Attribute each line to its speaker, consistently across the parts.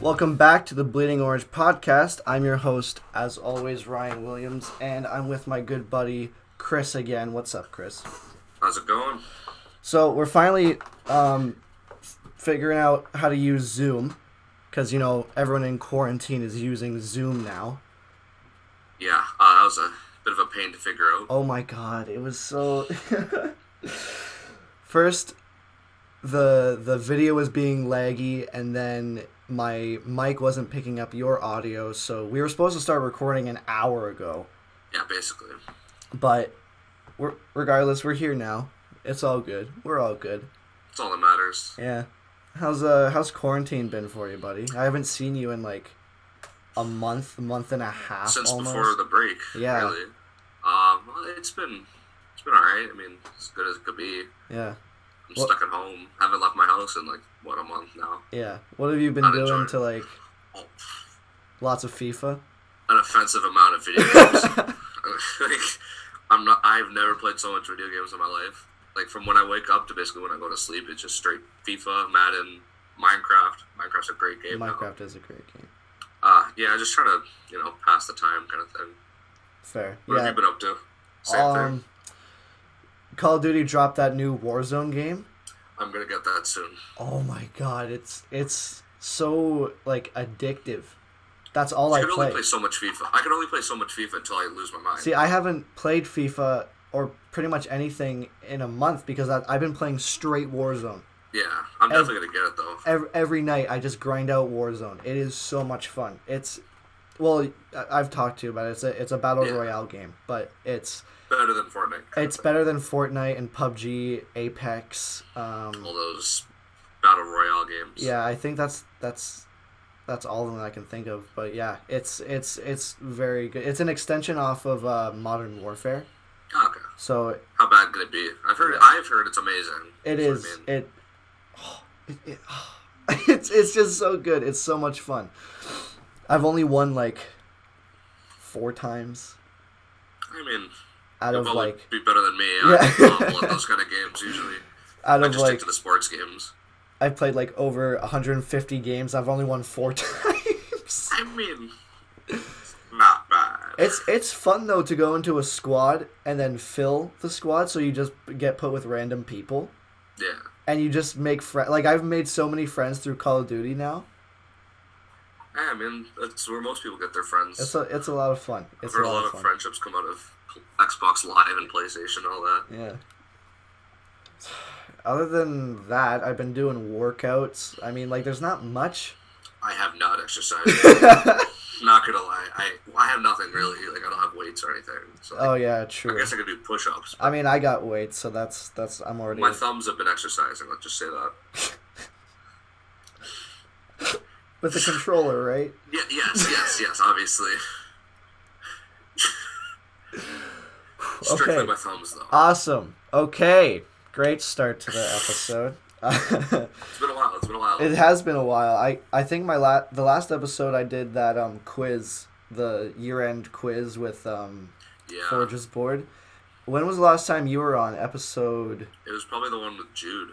Speaker 1: Welcome back to the Bleeding Orange podcast. I'm your host, as always, Ryan Williams, and I'm with my good buddy Chris again. What's up, Chris?
Speaker 2: How's it going?
Speaker 1: So we're finally um, f- figuring out how to use Zoom because you know everyone in quarantine is using Zoom now.
Speaker 2: Yeah, uh, that was a bit of a pain to figure out.
Speaker 1: Oh my god, it was so. First, the the video was being laggy, and then my mic wasn't picking up your audio, so we were supposed to start recording an hour ago.
Speaker 2: Yeah, basically.
Speaker 1: But we're, regardless, we're here now. It's all good. We're all good.
Speaker 2: That's all that matters.
Speaker 1: Yeah. How's uh how's quarantine been for you, buddy? I haven't seen you in like a month, month and a half
Speaker 2: Since
Speaker 1: almost.
Speaker 2: before the break,
Speaker 1: Yeah.
Speaker 2: really. Um, well, it's been it's been all right. I mean, as good as it could be.
Speaker 1: yeah.
Speaker 2: I'm
Speaker 1: Well-
Speaker 2: stuck at home. Haven't left my house in like what a month now.
Speaker 1: Yeah. What have you been
Speaker 2: Not
Speaker 1: doing
Speaker 2: enjoying.
Speaker 1: to like
Speaker 2: Oh,
Speaker 1: lots of FIFA?
Speaker 2: an offensive amount of video games. like, I'm not. I've never played so much video games in my life. Like from when I wake up to basically when I go to sleep, it's just straight FIFA, Madden, Minecraft. Minecraft's a great game. now.
Speaker 1: Minecraft is a great game.
Speaker 2: Uh, yeah, just trying to, you know, pass the time kind of thing.
Speaker 1: Fair.
Speaker 2: What have
Speaker 1: yeah.
Speaker 2: you been up to? Same thing.
Speaker 1: Um Call of Duty dropped that new Warzone game.
Speaker 2: I'm gonna get that soon.
Speaker 1: Oh my god, it's it's so like addictive. That's all
Speaker 2: I
Speaker 1: I
Speaker 2: can only
Speaker 1: play.
Speaker 2: play so much FIFA. I can only play so much FIFA until I lose my mind.
Speaker 1: See, I haven't played FIFA or pretty much anything in a month because I, I've been playing straight Warzone.
Speaker 2: yeah, I'm definitely gonna get it though.
Speaker 1: Every, every night I just grind out Warzone. It is so much fun. It's well, I- I've talked to you about it. It's a it's a battle
Speaker 2: Yeah.
Speaker 1: royale game, but it's
Speaker 2: Better than Fortnite.
Speaker 1: it's better than Fortnite and PUBG, Apex. Um,
Speaker 2: all those battle royale games.
Speaker 1: yeah, I think that's that's that's all that I can think of. But yeah, it's it's it's very good. It's an extension off of uh, Modern Warfare,
Speaker 2: Ah, okay.
Speaker 1: so
Speaker 2: How bad could it be? I've heard.
Speaker 1: Yeah.
Speaker 2: I've heard it's amazing.
Speaker 1: It
Speaker 2: That's
Speaker 1: is.
Speaker 2: what I mean.
Speaker 1: It. it, it it's it's just so good. It's so much fun. I've only won like four times
Speaker 2: I mean,
Speaker 1: out
Speaker 2: it'll
Speaker 1: of
Speaker 2: probably
Speaker 1: like
Speaker 2: be better than me.
Speaker 1: Yeah.
Speaker 2: I'm awful at those kind of games usually.
Speaker 1: out
Speaker 2: I
Speaker 1: of
Speaker 2: just stick
Speaker 1: like
Speaker 2: to the sports games.
Speaker 1: I've played like over 150 games. I've only won four times.
Speaker 2: I mean, not bad.
Speaker 1: It's it's fun though to go into a squad and then fill the squad so you just get put with random people
Speaker 2: yeah.
Speaker 1: and you just make friends. Like I've made so many friends through Call of Duty now.
Speaker 2: Yeah, I mean, that's where most people get their friends.
Speaker 1: It's a it's a lot of fun.
Speaker 2: I've
Speaker 1: It's
Speaker 2: heard a lot of
Speaker 1: fun.
Speaker 2: friendships come out of Xbox Live and PlayStation, all that.
Speaker 1: Yeah. Other than that, I've been doing workouts. I mean, like, there's not much.
Speaker 2: I have not exercised. not gonna lie, I I have nothing really. Like I don't have weights or anything. So
Speaker 1: Oh yeah,
Speaker 2: I
Speaker 1: true.
Speaker 2: guess I could do push-ups.
Speaker 1: I mean, I got weights, so that's that's I'm already.
Speaker 2: My thumbs have been exercising. Let's just say that.
Speaker 1: with the controller, right?
Speaker 2: Yeah, yes, yes, yes. Obviously, strictly
Speaker 1: Okay. Uh,
Speaker 2: my thumbs though.
Speaker 1: Awesome. Okay, great start to the episode.
Speaker 2: it's been a while. It's been a while.
Speaker 1: it has been a while. I I think my la- the last episode I did that um quiz, the year end quiz with um
Speaker 2: yeah,
Speaker 1: Forges Board. When was the last time you were on episode?
Speaker 2: it was probably the one with Jude.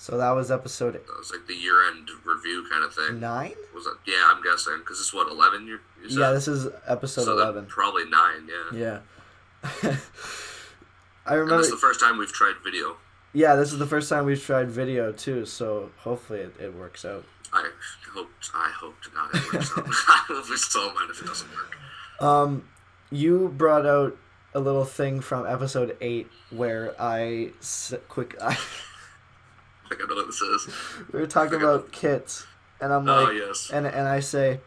Speaker 1: So that was episode
Speaker 2: That was like the year-end review kind of thing.
Speaker 1: nine.
Speaker 2: Was that? Yeah, I'm guessing because it's what 11. You, you said?
Speaker 1: Yeah, this is episode
Speaker 2: so that-
Speaker 1: eleven.
Speaker 2: probably nine. Yeah.
Speaker 1: Yeah. I
Speaker 2: And
Speaker 1: remember.
Speaker 2: this is the first time we've tried video.
Speaker 1: yeah, this is the first time we've tried video too, so hopefully it, it works out.
Speaker 2: I hoped, I hoped not. It works out. I hope it's all mine if it doesn't work.
Speaker 1: Um, you brought out a little thing from episode eight where I s- quick. I,
Speaker 2: I think I know what this is.
Speaker 1: we were talking
Speaker 2: Forget
Speaker 1: about kits, and I'm
Speaker 2: Oh,
Speaker 1: like,
Speaker 2: yes.
Speaker 1: and and I say,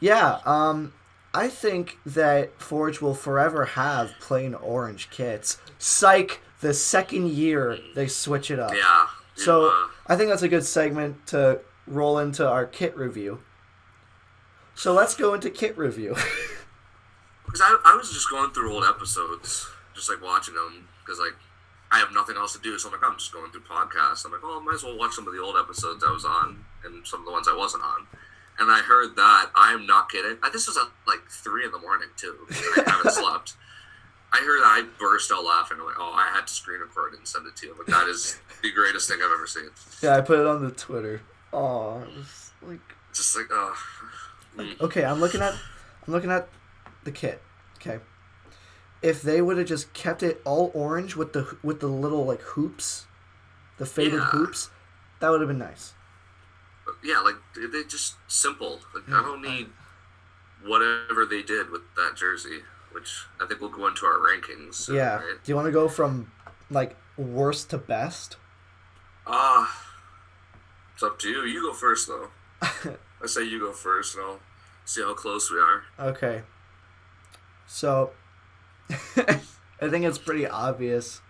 Speaker 1: yeah, um, I think that Forge will forever have plain orange kits. Psych. The second year they switch it up.
Speaker 2: Yeah. you,
Speaker 1: So
Speaker 2: uh,
Speaker 1: I think that's a good segment to roll into our kit review. So let's go into kit review.
Speaker 2: because I, I was just going through old episodes, just like watching them, because like I have nothing else to do, so I'm like "Oh, I'm just going through podcasts. I'm like, oh, I might as well watch some of the old episodes I was on and some of the ones I wasn't on. And I heard that I am not kidding. I, this was at like three in the morning too. 'cause I haven't slept. I heard that I burst out laughing. I'm like, oh, I had to screen record it and send it to you. Like that is the greatest thing I've ever seen.
Speaker 1: yeah, I put it on the Twitter. Oh, like
Speaker 2: just like, uh,
Speaker 1: Like, okay, I'm looking at I'm looking at the kit. Okay. If they would have just kept it all orange with the with the little like hoops, the faded
Speaker 2: Yeah.
Speaker 1: hoops, that would have been nice.
Speaker 2: yeah, like they- they just simple. Like
Speaker 1: Yeah,
Speaker 2: I don't
Speaker 1: I-
Speaker 2: need whatever they did with that jersey, which I think will go into our rankings. soon,
Speaker 1: yeah.
Speaker 2: right?
Speaker 1: Do you want to go from like worst to best?
Speaker 2: Ah, it's up to you. You go first, though. I say you go first, and I'll see how close we are.
Speaker 1: Okay. So, I think it's pretty obvious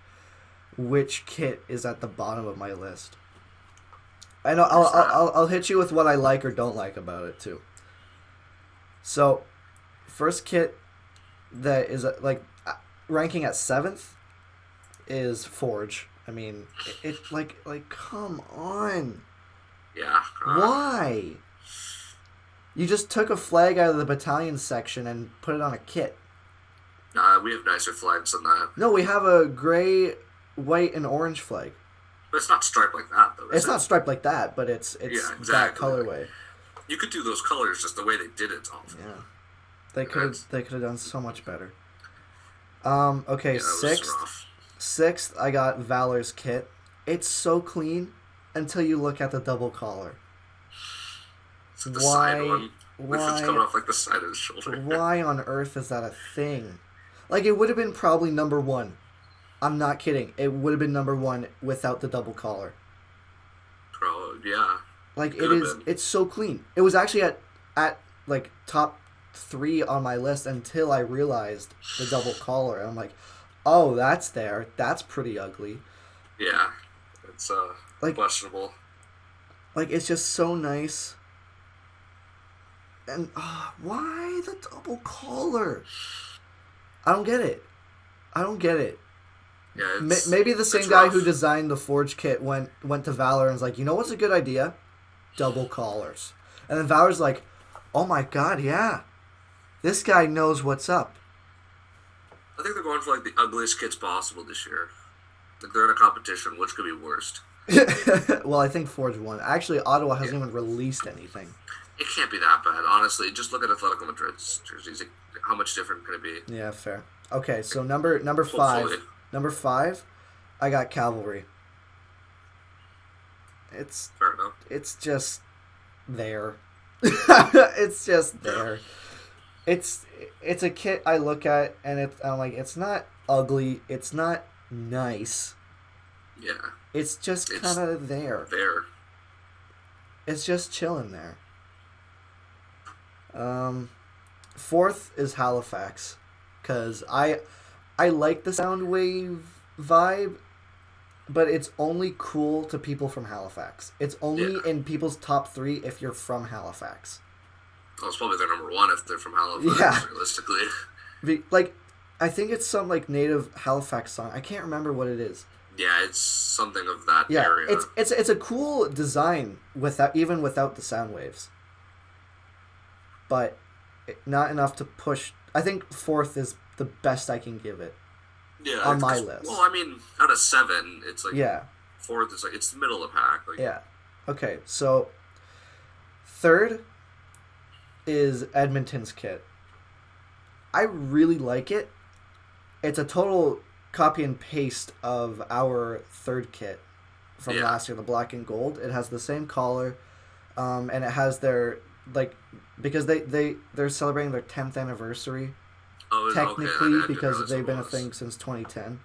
Speaker 1: which kit is at the bottom of my list. I know I'll, I'll, I'll, I'll hit you with what I like or don't like about it too. So, first kit that is uh, like uh, ranking at seventh is Forge. I mean, it, it like like come on.
Speaker 2: Yeah. uh,
Speaker 1: Why? You just took a flag out of the battalion section and put it on a kit.
Speaker 2: Nah, we have nicer flags than that.
Speaker 1: No, we have a gray, white, and orange flag.
Speaker 2: But it's not striped like that, though. is
Speaker 1: It's
Speaker 2: it?
Speaker 1: not striped like that, but it's it's
Speaker 2: Yeah,
Speaker 1: that
Speaker 2: exactly.
Speaker 1: colorway.
Speaker 2: You could do those colors just the way they did it. Off.
Speaker 1: Yeah, they could
Speaker 2: That's-
Speaker 1: they could have done so much better. Um. Okay.
Speaker 2: Yeah, that was
Speaker 1: sixth,
Speaker 2: rough.
Speaker 1: sixth. I got Valor's kit. It's so clean until you look at the double collar.
Speaker 2: It's the
Speaker 1: Why-
Speaker 2: side one. Which is coming
Speaker 1: Why?
Speaker 2: off like the side of his shoulder.
Speaker 1: Why on earth is that a thing? Like it would have been probably number one. I'm not kidding. It would have been number one without the double collar.
Speaker 2: Bro, yeah.
Speaker 1: Like it
Speaker 2: Could have
Speaker 1: is.
Speaker 2: been.
Speaker 1: It's so clean. It was actually at at like top three on my list until I realized the double collar. I'm like, oh, that's there. That's pretty ugly.
Speaker 2: Yeah. It's uh
Speaker 1: Like-
Speaker 2: questionable.
Speaker 1: Like it's just so nice. And uh, why the double collar? I don't get it. I don't get it.
Speaker 2: Yeah,
Speaker 1: Ma-
Speaker 2: it's,
Speaker 1: Maybe the same
Speaker 2: it's
Speaker 1: guy
Speaker 2: rough.
Speaker 1: who designed the Forge kit went went to Valor and was like, you know what's a good idea? Double collars. And then Valor's like, oh my god, yeah, this guy knows what's up.
Speaker 2: I think they're going for like the ugliest kids possible this year. Like they're in a competition, which could be worst.
Speaker 1: well, I think Forge won. Actually, Ottawa hasn't even released anything.
Speaker 2: It can't be that bad, honestly. Just look at Atletico Madrid's jerseys. Like, how much different could it be?
Speaker 1: Yeah, fair. Okay, so number number five,
Speaker 2: Hopefully.
Speaker 1: number five, I got Cavalry. It's
Speaker 2: Fair enough.
Speaker 1: it's just there. it's just there. It's it's a kit I look at and it, I'm like, it's not ugly. It's not nice.
Speaker 2: Yeah,
Speaker 1: It's just
Speaker 2: It's-
Speaker 1: kind of there.
Speaker 2: fair.
Speaker 1: It's just chilling there. Um, fourth is Halifax, cause I I like the sound wave vibe, but it's only cool to people from Halifax. It's only
Speaker 2: Yeah.
Speaker 1: in people's top three if you're from Halifax.
Speaker 2: Well, it's probably their number one if they're from Halifax,
Speaker 1: Yeah.
Speaker 2: realistically.
Speaker 1: Be- like, I think it's some like native Halifax song. I can't remember what it is.
Speaker 2: Yeah, it's something of that
Speaker 1: Yeah,
Speaker 2: area.
Speaker 1: it's it's it's a cool design without even without the sound waves, but it- not enough to push. I think fourth is the best I can give it.
Speaker 2: yeah,
Speaker 1: on
Speaker 2: it's-
Speaker 1: my
Speaker 2: 'cause-
Speaker 1: list.
Speaker 2: Well, I mean, out of seven, it's like
Speaker 1: Yeah,
Speaker 2: fourth is like it's the middle of the pack. Like,
Speaker 1: yeah. Okay, so third is Edmonton's kit. I really like it. It's a total copy and paste of our third kit from
Speaker 2: Yeah.
Speaker 1: last year, the black and gold. It has the same collar, um, and it has their like because they they they're celebrating their tenth anniversary
Speaker 2: Oh, okay, I- I
Speaker 1: technically
Speaker 2: didn't
Speaker 1: because
Speaker 2: realize
Speaker 1: they've
Speaker 2: it
Speaker 1: been a
Speaker 2: was.
Speaker 1: thing since 2010.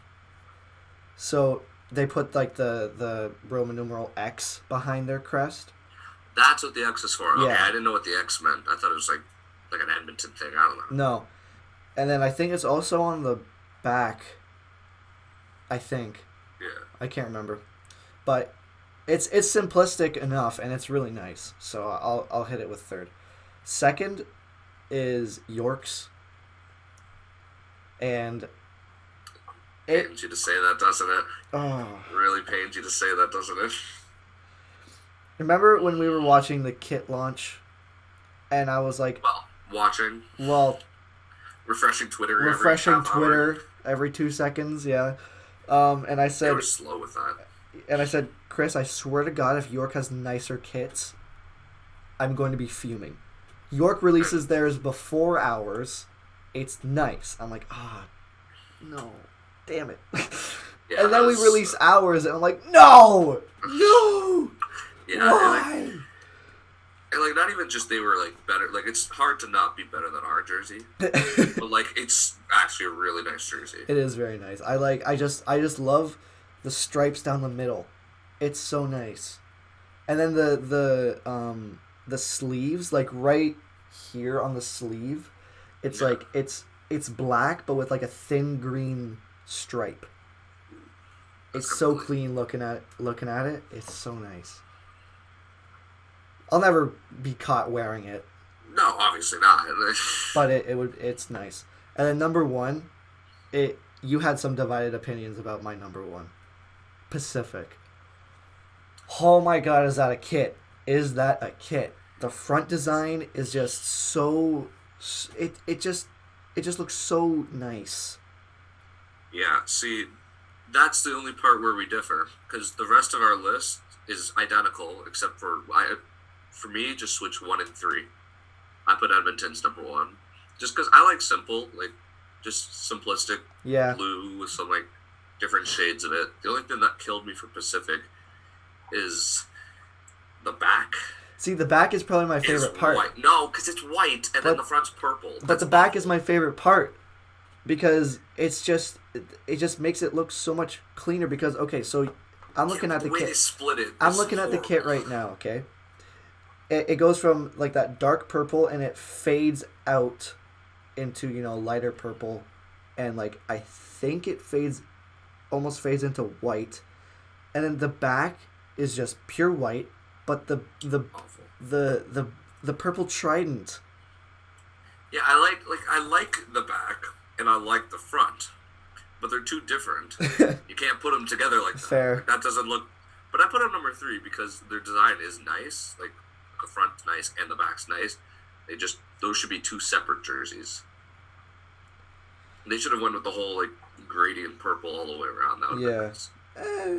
Speaker 1: So they put like the the Roman numeral X behind their crest.
Speaker 2: That's what the X is for. Okay,
Speaker 1: Yeah.
Speaker 2: I didn't know what the X meant. I thought it was like like an Edmonton thing. I don't know.
Speaker 1: No, and then I think it's also on the back. I think
Speaker 2: Yeah,
Speaker 1: I can't remember, but it's it's simplistic enough and it's really nice. So I'll I'll hit it with third. Second is York's, and it
Speaker 2: pains you to say that, doesn't it?
Speaker 1: oh.
Speaker 2: Really pains you to say that, doesn't it?
Speaker 1: Remember when we were watching the kit launch, and I was like,
Speaker 2: Well, watching,
Speaker 1: "Well,
Speaker 2: refreshing Twitter, every
Speaker 1: refreshing
Speaker 2: half hour.
Speaker 1: Twitter every two seconds, yeah." Um, and I
Speaker 2: They
Speaker 1: said,
Speaker 2: were slow with that.
Speaker 1: and I said, Chris, I swear to God, if York has nicer kits, I'm going to be fuming. York releases theirs before ours. It's nice. I'm like, ah, no, damn it.
Speaker 2: Yeah,
Speaker 1: and then we
Speaker 2: that's-
Speaker 1: release ours, and I'm like, no, no,
Speaker 2: Yeah, and, like,
Speaker 1: why?
Speaker 2: and like not even just they were like better. Like it's hard to not be better than our jersey,
Speaker 1: it
Speaker 2: but like it's actually a really nice jersey.
Speaker 1: is very nice. I like. I just. I just love the stripes down the middle. It's so nice. And then the the um the sleeves, like right here on the sleeve, it's
Speaker 2: Yeah.
Speaker 1: like it's it's black but with like a thin green stripe. It's so
Speaker 2: Absolutely.
Speaker 1: clean looking at looking at it. It's so nice. I'll never be caught wearing it.
Speaker 2: No, obviously not.
Speaker 1: but it, it would it's nice. And then number one, it you had some divided opinions about my number one, Pacific. Oh my God, is that a kit? Is that a kit? The front design is just so s- it it just it just looks so nice.
Speaker 2: yeah, see, that's the only part where we differ because the rest of our list is identical except for I, for me, just switch one and three. I put Edmonton's number one just because I like simple, like just simplistic
Speaker 1: Yeah,
Speaker 2: blue with some like different shades of it. The only thing that killed me for Pacific is the back.
Speaker 1: see the back is probably my
Speaker 2: Is
Speaker 1: favorite part.
Speaker 2: White. No, because it's white
Speaker 1: But-
Speaker 2: and then the front's purple.
Speaker 1: but the back is my favorite part because it's just it, it just makes it look so much cleaner because okay so i'm looking at the
Speaker 2: way
Speaker 1: kit
Speaker 2: they split it.
Speaker 1: I'm
Speaker 2: is
Speaker 1: looking at the
Speaker 2: horrible.
Speaker 1: kit right now, okay? It, it goes from like that dark purple and it fades out into, you know, lighter purple and like I think it fades almost fades into white. And then the back is just pure white, but the the
Speaker 2: Awful.
Speaker 1: the the the purple trident.
Speaker 2: Yeah, I like like I like the back and I like the front, but they're too different. you can't put them together like that.
Speaker 1: Fair.
Speaker 2: That doesn't look. But I put them number three because their design is nice. Like the front's nice and the back's nice. They just those should be two separate jerseys. They should have went with the whole like gradient purple all the way around. That would yeah.
Speaker 1: Yeah.
Speaker 2: nice.
Speaker 1: Eh,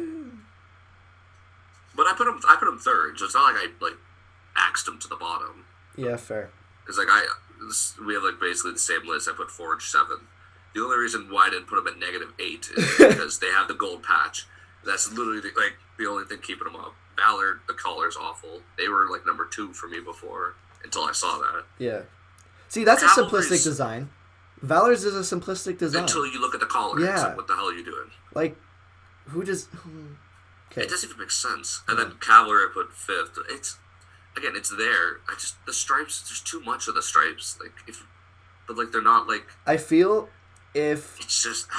Speaker 2: But I put them. I put them third, so it's not like I like axed them to the bottom.
Speaker 1: yeah, fair.
Speaker 2: Because like I, this, we have like basically the same list. I put Forge seven. The only reason why I didn't put them at negative eight is because they have the gold patch. That's literally the, like the only thing keeping them up. Valor, the collar's awful. They were like number two for me before until I saw that.
Speaker 1: Yeah. See, that's a simplistic
Speaker 2: Valor's-
Speaker 1: design. Valor's is a simplistic design.
Speaker 2: Until you look at the collar, it's
Speaker 1: Yeah.
Speaker 2: like, what the hell are you doing?
Speaker 1: Like who just Okay.
Speaker 2: It doesn't even make sense. And then Cavalry, I put fifth. It's again, it's there. I just the stripes. There's too much of the stripes. Like if, but like they're not like
Speaker 1: I feel if
Speaker 2: it's just.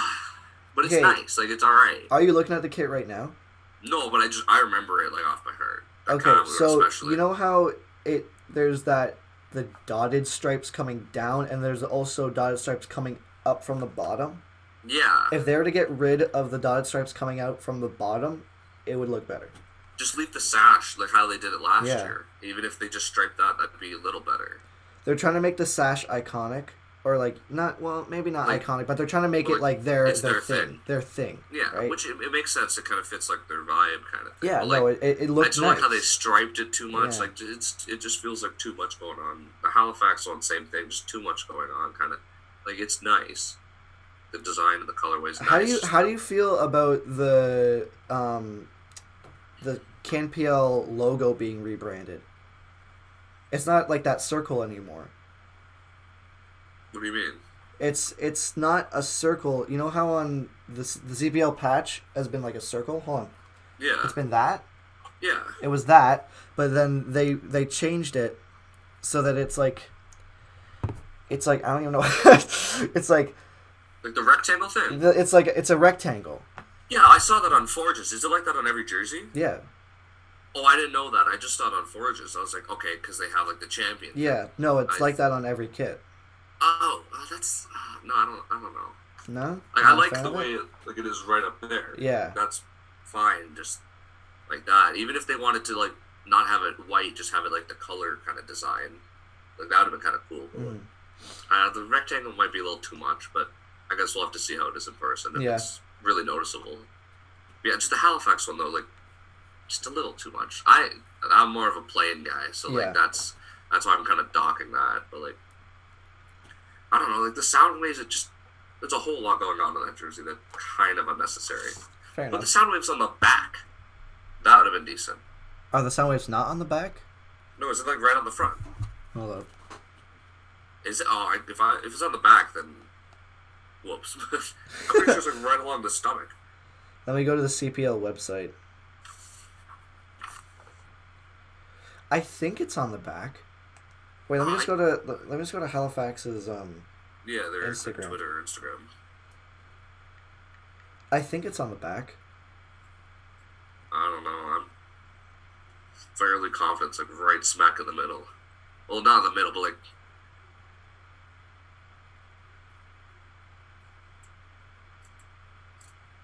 Speaker 2: But it's
Speaker 1: Okay.
Speaker 2: nice. Like it's all right.
Speaker 1: Are you looking at the kit right now?
Speaker 2: No, but I just I remember it like off by heart. That
Speaker 1: Okay,
Speaker 2: Cavalry
Speaker 1: so
Speaker 2: especially.
Speaker 1: you know how it there's that the dotted stripes coming down and there's also dotted stripes coming up from the bottom.
Speaker 2: yeah,
Speaker 1: If they were to get rid of the dotted stripes coming out from the bottom, it would look better.
Speaker 2: just leave the sash like how they did it last
Speaker 1: Yeah.
Speaker 2: year. Even if they just striped that, that'd be a little better.
Speaker 1: They're trying to make the sash iconic or like not well, maybe not
Speaker 2: Like-
Speaker 1: iconic, but they're trying to make it
Speaker 2: Well,
Speaker 1: like their
Speaker 2: it's
Speaker 1: their,
Speaker 2: their
Speaker 1: thing,
Speaker 2: thing.
Speaker 1: their thing.
Speaker 2: Yeah,
Speaker 1: right?
Speaker 2: which it, it makes sense. It kind of fits like their vibe, kind of. Thing.
Speaker 1: yeah,
Speaker 2: But, like,
Speaker 1: no, it, it, it
Speaker 2: I
Speaker 1: looks
Speaker 2: just
Speaker 1: nice.
Speaker 2: like how they striped it too much.
Speaker 1: Yeah.
Speaker 2: Like it's it just feels like too much going on. The Halifax one, same thing, just too much going on. Kind of like it's nice. The design and the colorways.
Speaker 1: How do
Speaker 2: nice.
Speaker 1: you how do you feel about the um the CanPL logo being rebranded? It's not like that circle anymore.
Speaker 2: What do you mean?
Speaker 1: It's it's not a circle. You know how on the s- the ZBL patch has been like a circle. Hold on,
Speaker 2: Yeah,
Speaker 1: it's been that.
Speaker 2: yeah.
Speaker 1: It was that, but then they they changed it so that it's like it's like I don't even know. it's like
Speaker 2: Like the rectangle thing.
Speaker 1: the- it's like it's a rectangle.
Speaker 2: Yeah, I saw that on Forges. Is it like that on every jersey?
Speaker 1: Yeah,
Speaker 2: Oh, I didn't know that. I just saw it on Forges. I was like, okay, because they have like the champion.
Speaker 1: yeah. No, it's
Speaker 2: I-
Speaker 1: like that on every kit.
Speaker 2: Oh, oh, that's uh, no, I don't, I don't know.
Speaker 1: No,
Speaker 2: Like
Speaker 1: Not
Speaker 2: I
Speaker 1: a
Speaker 2: like
Speaker 1: fan
Speaker 2: the
Speaker 1: of it?
Speaker 2: way it, like it is right up there.
Speaker 1: Yeah.
Speaker 2: that's fine. Just like that. Even if they wanted to like not have it white, just have it like the color kind of design. Like that would have been kind of cool.
Speaker 1: Mm.
Speaker 2: Uh, the rectangle might be a little too much, but I guess we'll have to see how it is in person. If
Speaker 1: Yeah.
Speaker 2: It's really noticeable. Yeah, just the Halifax one though. Like just a little too much. I I'm more of a playing guy, so like
Speaker 1: Yeah.
Speaker 2: that's that's why I'm kind of docking that. But like, I don't know, like the sound waves. It just there's a whole lot going on in that jersey that kind of unnecessary.
Speaker 1: Fair
Speaker 2: But the
Speaker 1: enough.
Speaker 2: sound waves on the back, that would have been decent.
Speaker 1: Are the sound waves not on the back?
Speaker 2: No, is it like right on the front?
Speaker 1: Hold up.
Speaker 2: Is it? Oh, I- if I if it's on the back, then whoops. I'm pretty sure it's like right along the stomach.
Speaker 1: Then we go to the CPL website. I think it's on the back. Wait, let me just go to let me just go to Halifax's. Um,
Speaker 2: Yeah, there's like
Speaker 1: Instagram.
Speaker 2: Twitter, Instagram.
Speaker 1: I think it's on the back.
Speaker 2: I don't know. I'm fairly confident it's like right smack in the middle. Well, not in the middle, but like.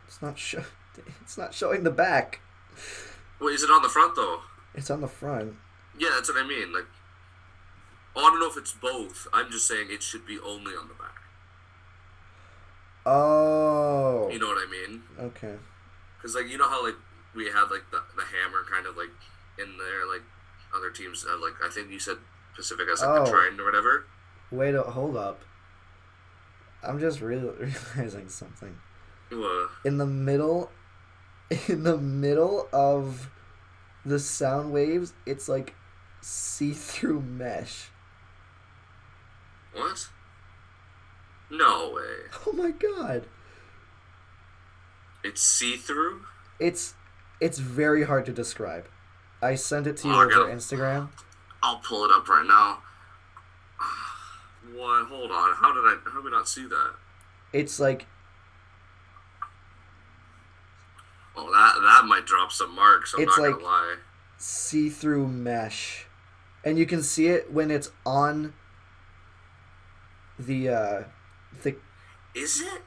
Speaker 1: It's not show. It's not showing the back.
Speaker 2: Wait, is it on the front though?
Speaker 1: It's on the front.
Speaker 2: Yeah, that's what I mean. Like, oh, I don't know if it's both. I'm just saying it should be only on the back.
Speaker 1: Oh.
Speaker 2: You know what I mean?
Speaker 1: Okay.
Speaker 2: Because like you know how like we had like the, the hammer kind of like in there like other teams uh, like I think you said Pacific has like
Speaker 1: Oh.
Speaker 2: the trend or whatever.
Speaker 1: Wait. a- Hold up. I'm just real realizing something.
Speaker 2: Uh,
Speaker 1: in the middle in the middle of the sound waves it's like see-through mesh
Speaker 2: what? No way.
Speaker 1: oh my god
Speaker 2: It's see through.
Speaker 1: it's it's very hard to describe i sent it to you
Speaker 2: Oh, I
Speaker 1: over
Speaker 2: got it.
Speaker 1: instagram
Speaker 2: I'll pull it up right now. What? Hold on. How did I? How did we not see that?
Speaker 1: it's like
Speaker 2: Oh, that that might drop some marks. I'm
Speaker 1: It's
Speaker 2: not
Speaker 1: like-
Speaker 2: gonna lie.
Speaker 1: see-through mesh and you can see it when it's on the uh the
Speaker 2: Is it?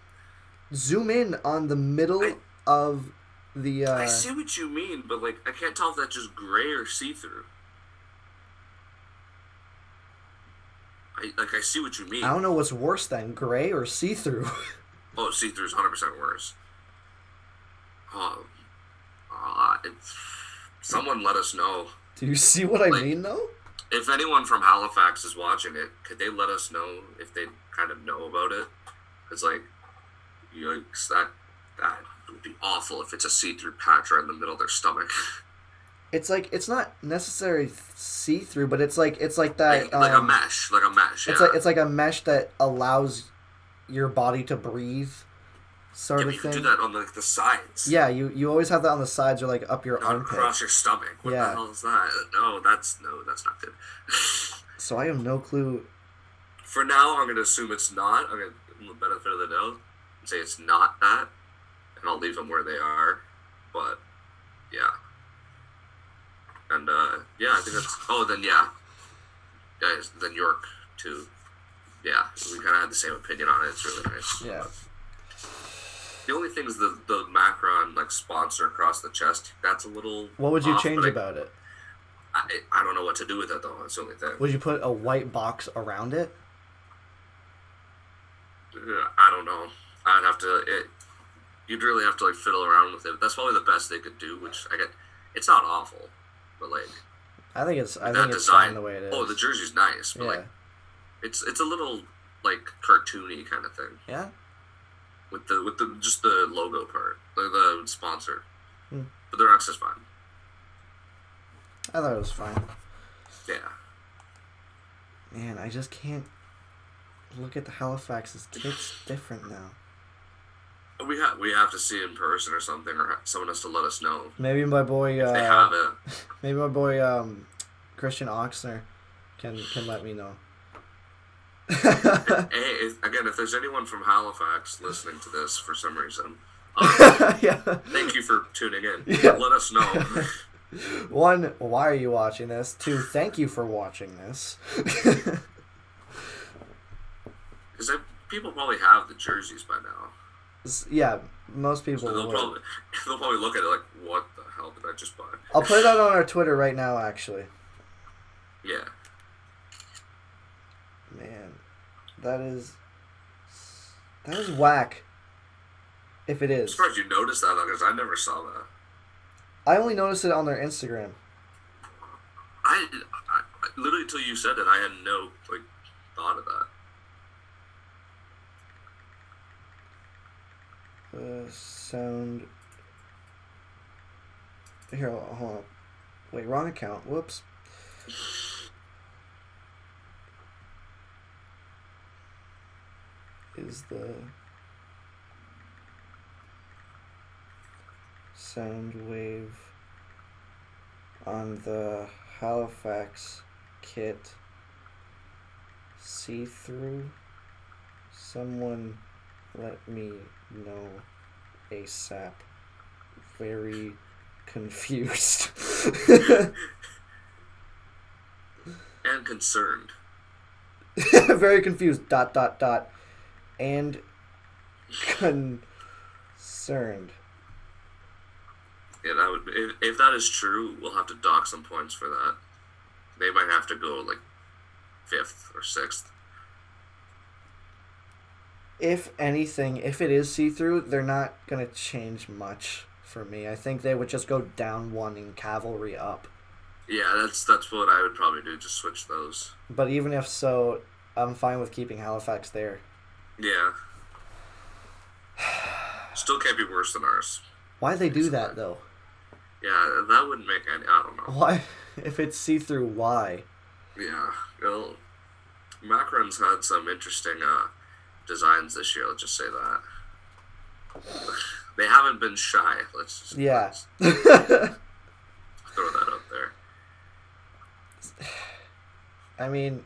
Speaker 1: zoom in on the middle
Speaker 2: I-
Speaker 1: of the uh
Speaker 2: I see what you mean, but like I can't tell if that's just gray or see through. I like I see what you mean.
Speaker 1: I don't know what's worse than gray or see-through
Speaker 2: Oh, see through is hundred percent worse. Oh, uh, it's, someone let us know.
Speaker 1: Do you see what I
Speaker 2: Like-
Speaker 1: mean, though?
Speaker 2: if anyone from Halifax is watching it, could they let us know if they kind of know about it? It's like, yikes, that that would be awful if it's a see-through patch right in the middle of their stomach.
Speaker 1: It's like it's not necessarily see through, but it's like it's like that.
Speaker 2: like, like a
Speaker 1: um,
Speaker 2: mesh, like a mesh.
Speaker 1: It's
Speaker 2: yeah.
Speaker 1: like it's like a mesh that allows your body to breathe, sort
Speaker 2: yeah, but
Speaker 1: of
Speaker 2: you
Speaker 1: thing.
Speaker 2: could do that on like the sides.
Speaker 1: Yeah, you you always have that on the sides or like up your
Speaker 2: Not
Speaker 1: armpit.
Speaker 2: across your stomach. What
Speaker 1: Yeah.
Speaker 2: the hell is that? No, that's no, that's not good.
Speaker 1: So I have no clue.
Speaker 2: For now, I'm gonna assume it's not. I'm gonna give them the benefit of the doubt and say it's not that, and I'll leave them where they are. But yeah, and uh, yeah, I think that's. Oh, then yeah, guys, then York too. Yeah, we kind of had the same opinion on it. It's really nice.
Speaker 1: Yeah,
Speaker 2: The only thing is the the Macron like sponsor across the chest. That's a little.
Speaker 1: what would you
Speaker 2: off,
Speaker 1: change
Speaker 2: but I-
Speaker 1: about it?
Speaker 2: I, I don't know what to do with it though. That's the only thing.
Speaker 1: Would you put a white box around it?
Speaker 2: Yeah, I don't know. I'd have to. It, you'd really have to like fiddle around with it. That's probably the best they could do. Which I get. It's not awful, but like
Speaker 1: I think it's I
Speaker 2: that
Speaker 1: think it's
Speaker 2: design.
Speaker 1: fine the way it is.
Speaker 2: oh, the jersey's nice, but
Speaker 1: yeah,
Speaker 2: like it's it's a little like cartoony kind of thing
Speaker 1: yeah.
Speaker 2: with the with the just the logo part, like the sponsor.
Speaker 1: Hmm.
Speaker 2: But the rest is fine.
Speaker 1: I thought it was fine.
Speaker 2: Yeah.
Speaker 1: Man, I just can't look at the Halifax's kits different now.
Speaker 2: We have we have to see in person or something, or ha- someone has to let us know.
Speaker 1: Maybe my boy. Uh,
Speaker 2: They have it.
Speaker 1: Maybe my boy um, Christian Oxner can can let me know.
Speaker 2: Hey, if, again, if there's anyone from Halifax listening to this for some reason, um,
Speaker 1: yeah.
Speaker 2: thank you for tuning in.
Speaker 1: Yeah.
Speaker 2: Let us know.
Speaker 1: One, why are you watching this? Two, thank you for watching this.
Speaker 2: Because people probably have the jerseys by now.
Speaker 1: S- yeah, most people
Speaker 2: So they'll
Speaker 1: would.
Speaker 2: probably they'll probably look at it like, what the hell did I just buy?
Speaker 1: I'll put it out on our Twitter right now. Actually,
Speaker 2: Yeah,
Speaker 1: man, that is that is whack. If it
Speaker 2: I'm
Speaker 1: is,
Speaker 2: surprised you noticed that because I never saw that.
Speaker 1: I only noticed it on their Instagram.
Speaker 2: I, I I- literally until you said that, I had no like thought of that.
Speaker 1: Uh, sound. Here, I'll- hold on. Wait, wrong account. Whoops. Is the sound wave on the Halifax kit see through? Someone let me know ASAP. Very confused.
Speaker 2: And concerned.
Speaker 1: Very confused. Dot dot dot. And concerned.
Speaker 2: Yeah, that would. If, if that is true, we'll have to dock some points for that. They might have to go like fifth or sixth.
Speaker 1: If anything, if it is see through, they're not gonna change much for me. I think they would just go down one and cavalry up.
Speaker 2: Yeah, that's that's what I would probably do. Just switch those.
Speaker 1: But even if so, I'm fine with keeping Halifax there.
Speaker 2: Yeah. Still can't be worse than ours.
Speaker 1: Why they do that though?
Speaker 2: Yeah, that wouldn't make any. I don't know.
Speaker 1: Why, if it's see through, why?
Speaker 2: Yeah. Well, Macron's had some interesting uh, designs this year. Let's just say that. They haven't been shy. Let's just
Speaker 1: Yeah.
Speaker 2: let's throw that up there.
Speaker 1: I mean,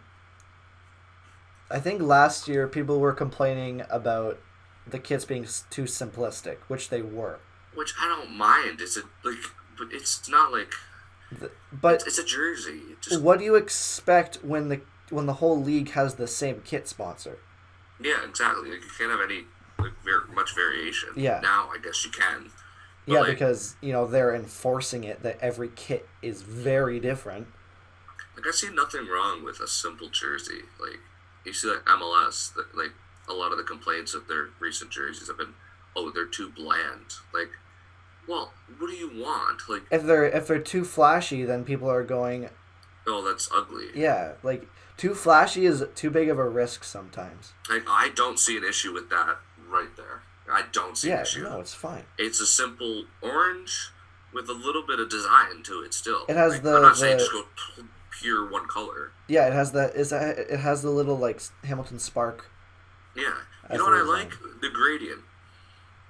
Speaker 1: I think last year people were complaining about the kits being s- too simplistic, which they were.
Speaker 2: Which I don't mind. It's a like, but it's not like
Speaker 1: But
Speaker 2: it's a jersey. It just
Speaker 1: what do you expect when the when the whole league has the same kit sponsor?
Speaker 2: yeah, exactly. Like, you can't have any like very much variation.
Speaker 1: Yeah.
Speaker 2: Now I guess you can. But,
Speaker 1: yeah,
Speaker 2: like-
Speaker 1: because you know they're enforcing it that every kit is very different.
Speaker 2: Like I see nothing wrong with a simple jersey. Like you see, like MLS, that like a lot of the complaints of their recent jerseys have been, oh, they're too bland. Like, well, what do you want? Like,
Speaker 1: If they're if they're too flashy, then people are going,
Speaker 2: oh, that's ugly.
Speaker 1: yeah, like too flashy is too big of a risk sometimes.
Speaker 2: Like I don't see an issue with that right there. I don't see an
Speaker 1: Yeah,
Speaker 2: issue.
Speaker 1: no, it's fine.
Speaker 2: It's a simple orange with a little bit of design to it. Still,
Speaker 1: It has
Speaker 2: Like,
Speaker 1: the-
Speaker 2: I'm not saying
Speaker 1: the-
Speaker 2: just go p- pure one color.
Speaker 1: Yeah, it has that. Is that it has the little like s- Hamilton spark
Speaker 2: Yeah.
Speaker 1: I
Speaker 2: You know what I
Speaker 1: thought it
Speaker 2: like?
Speaker 1: was
Speaker 2: The gradient.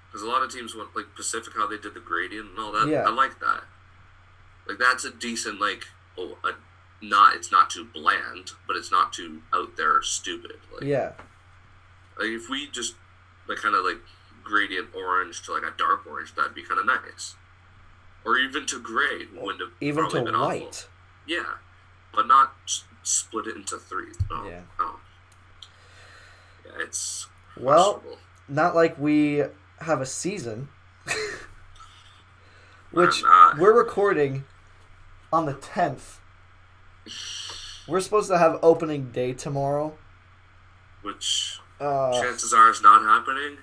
Speaker 2: Because a lot of teams went like Pacific, how they did the gradient and all that.
Speaker 1: Yeah.
Speaker 2: I like that. Like that's a decent like oh a not it's not too bland, but it's not too out there or stupid. Like,
Speaker 1: Yeah,
Speaker 2: like if we just like kind of like gradient orange to like a dark orange, that'd be kind of nice. Or even to gray wouldn't have
Speaker 1: even
Speaker 2: probably
Speaker 1: to
Speaker 2: been awful.
Speaker 1: white.
Speaker 2: Yeah, but not s- split it into three. Oh,
Speaker 1: Yeah.
Speaker 2: oh. yeah, it's
Speaker 1: Well,
Speaker 2: questionable.
Speaker 1: not like we have a season, which
Speaker 2: We're not.
Speaker 1: we're recording on the tenth. We're supposed to have opening day tomorrow.
Speaker 2: which
Speaker 1: Uh,
Speaker 2: chances are is not happening.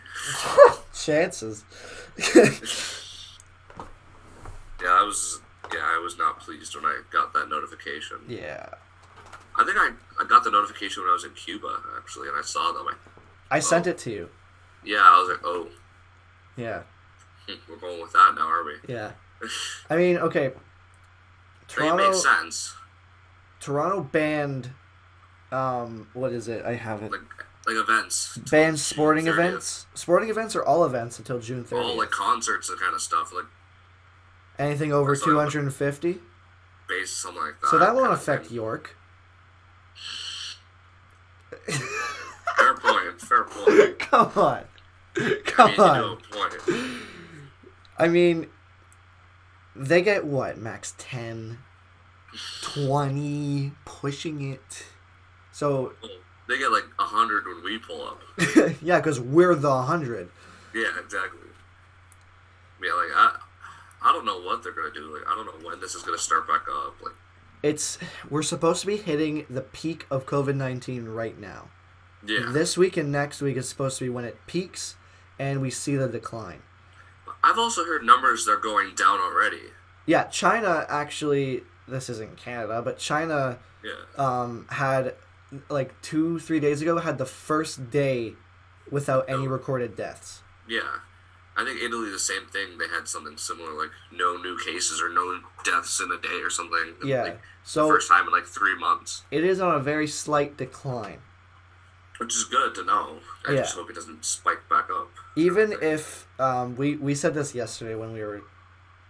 Speaker 1: chances.
Speaker 2: Yeah, I was yeah, I was not pleased when I got that notification.
Speaker 1: yeah,
Speaker 2: I think I, I got the notification when I was in Cuba actually, and I saw them. I,
Speaker 1: I sent it to you.
Speaker 2: yeah, I was like, oh,
Speaker 1: Yeah,
Speaker 2: hmm, we're going with that now, are we?
Speaker 1: yeah. I mean, okay.
Speaker 2: That
Speaker 1: Toronto,
Speaker 2: makes sense.
Speaker 1: Toronto banned. Um, what is it? I have it.
Speaker 2: Like like events,
Speaker 1: Banned sporting
Speaker 2: 30th.
Speaker 1: events. Sporting events are all events until June thirtieth.
Speaker 2: all like concerts and kind of stuff, like
Speaker 1: Anything over
Speaker 2: That's what I
Speaker 1: two
Speaker 2: want.
Speaker 1: hundred and fifty.
Speaker 2: bass something like that.
Speaker 1: So that won't
Speaker 2: kinda
Speaker 1: affect
Speaker 2: thing.
Speaker 1: York.
Speaker 2: Fair point. Fair point.
Speaker 1: Come on.
Speaker 2: I
Speaker 1: Come
Speaker 2: mean, you know,
Speaker 1: on.
Speaker 2: point.
Speaker 1: I mean, they get what? Max 10, 20, pushing it. So,
Speaker 2: Well, They get like hundred when we pull up.
Speaker 1: yeah, because we're the 100.
Speaker 2: Yeah, exactly. Yeah, like I, I don't know what they're gonna do. Like I don't know when this is gonna start back up. Like
Speaker 1: It's we're supposed to be hitting the peak of COVID 19 right now.
Speaker 2: yeah,
Speaker 1: This week and next week is supposed to be when it peaks and we see the decline.
Speaker 2: I've also heard numbers they're going down already.
Speaker 1: yeah, China actually. This isn't Canada, but China
Speaker 2: Yeah.
Speaker 1: um, had like two, three days ago had the first day without any recorded deaths.
Speaker 2: Yeah. I think Italy, the same thing. They had something similar, like no new cases or no deaths in a day or something.
Speaker 1: Yeah,
Speaker 2: Like,
Speaker 1: so
Speaker 2: first time in like three months,
Speaker 1: it is on a very slight decline.
Speaker 2: which is good to know. I
Speaker 1: Yeah.
Speaker 2: just hope it doesn't spike back up.
Speaker 1: Even
Speaker 2: Okay.
Speaker 1: if um, we we said this yesterday when we were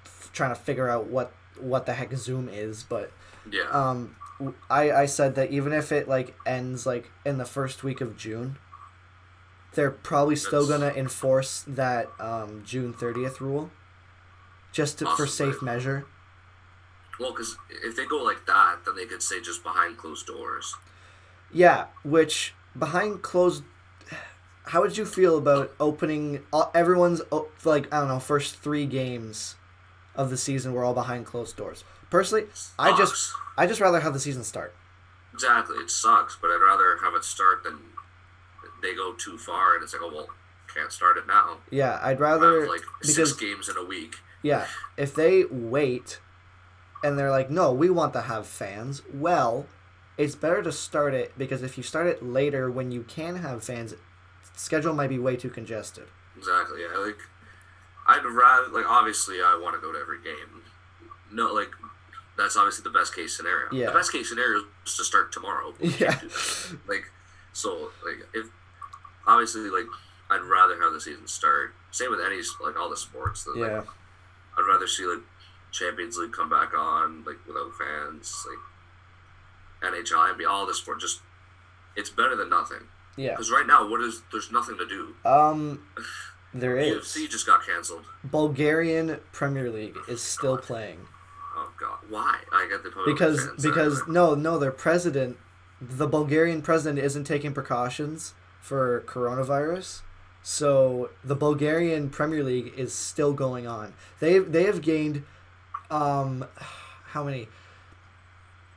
Speaker 1: f- trying to figure out what what the heck Zoom is, but
Speaker 2: Yeah.
Speaker 1: um, w- I I said that even if it like ends like in the first week of June, they're probably still
Speaker 2: That's-
Speaker 1: gonna enforce that um, June thirtieth rule, just to, for
Speaker 2: Possibly.
Speaker 1: safe measure.
Speaker 2: Well, because if they go like that, then they could say just behind closed doors.
Speaker 1: Yeah, which behind closed. How would you feel about opening all, everyone's o- like I don't know first three games of the season were all behind closed doors? Personally, I just
Speaker 2: Sucks.
Speaker 1: I just rather have the season start.
Speaker 2: exactly it sucks, but I'd rather have it start than they go too far and it's like, oh well, can't start it now.
Speaker 1: Yeah, I'd
Speaker 2: I
Speaker 1: rather
Speaker 2: have like six
Speaker 1: because-
Speaker 2: games in a week.
Speaker 1: yeah if they wait and they're like no we want to have fans well it's better to start it because if you start it later when you can have fans schedule might be way too congested.
Speaker 2: Exactly. I like. I'd rather like obviously I want to go to every game. No, like that's obviously the best case scenario.
Speaker 1: Yeah.
Speaker 2: The best case scenario is to start tomorrow. but we can't
Speaker 1: Yeah.
Speaker 2: do that. Like so like if obviously like I'd rather have the season start. Same with any like all the sports. That,
Speaker 1: Yeah.
Speaker 2: Like, I'd rather see like Champions League come back on like without fans like NHL and be all the sport just. It's better than nothing
Speaker 1: Yeah.
Speaker 2: because right now, what is there's nothing to do.
Speaker 1: Um there is
Speaker 2: UFC just got canceled.
Speaker 1: Bulgarian Premier League is still playing
Speaker 2: Oh God, why? I get the Pokemon
Speaker 1: because
Speaker 2: fans that
Speaker 1: because
Speaker 2: are-
Speaker 1: no no their president the Bulgarian president isn't taking precautions for coronavirus so the Bulgarian Premier League is still going on they they have gained um how many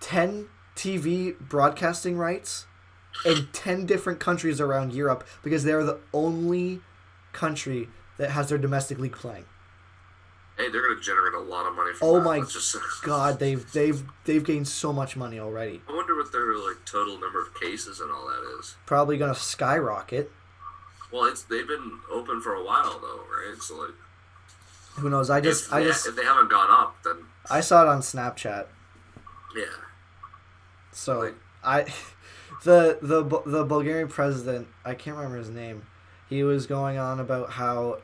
Speaker 1: 10 TV broadcasting rights in 10 different countries around Europe because they're the only country that has their domestic league playing
Speaker 2: hey, they're gonna generate a lot of money. From
Speaker 1: Oh
Speaker 2: that.
Speaker 1: my
Speaker 2: That's just,
Speaker 1: God, they've they've they've gained so much money already.
Speaker 2: I wonder what their like total number of cases and all that is.
Speaker 1: Probably gonna skyrocket.
Speaker 2: Well, it's they've been open for a while though, right? So like,
Speaker 1: Who knows? I just
Speaker 2: if,
Speaker 1: I
Speaker 2: they,
Speaker 1: just
Speaker 2: if they haven't gone up, then
Speaker 1: I saw it on Snapchat.
Speaker 2: yeah,
Speaker 1: So
Speaker 2: Like-
Speaker 1: I, the the Bu- the Bulgarian president, I can't remember his name. He was going on about how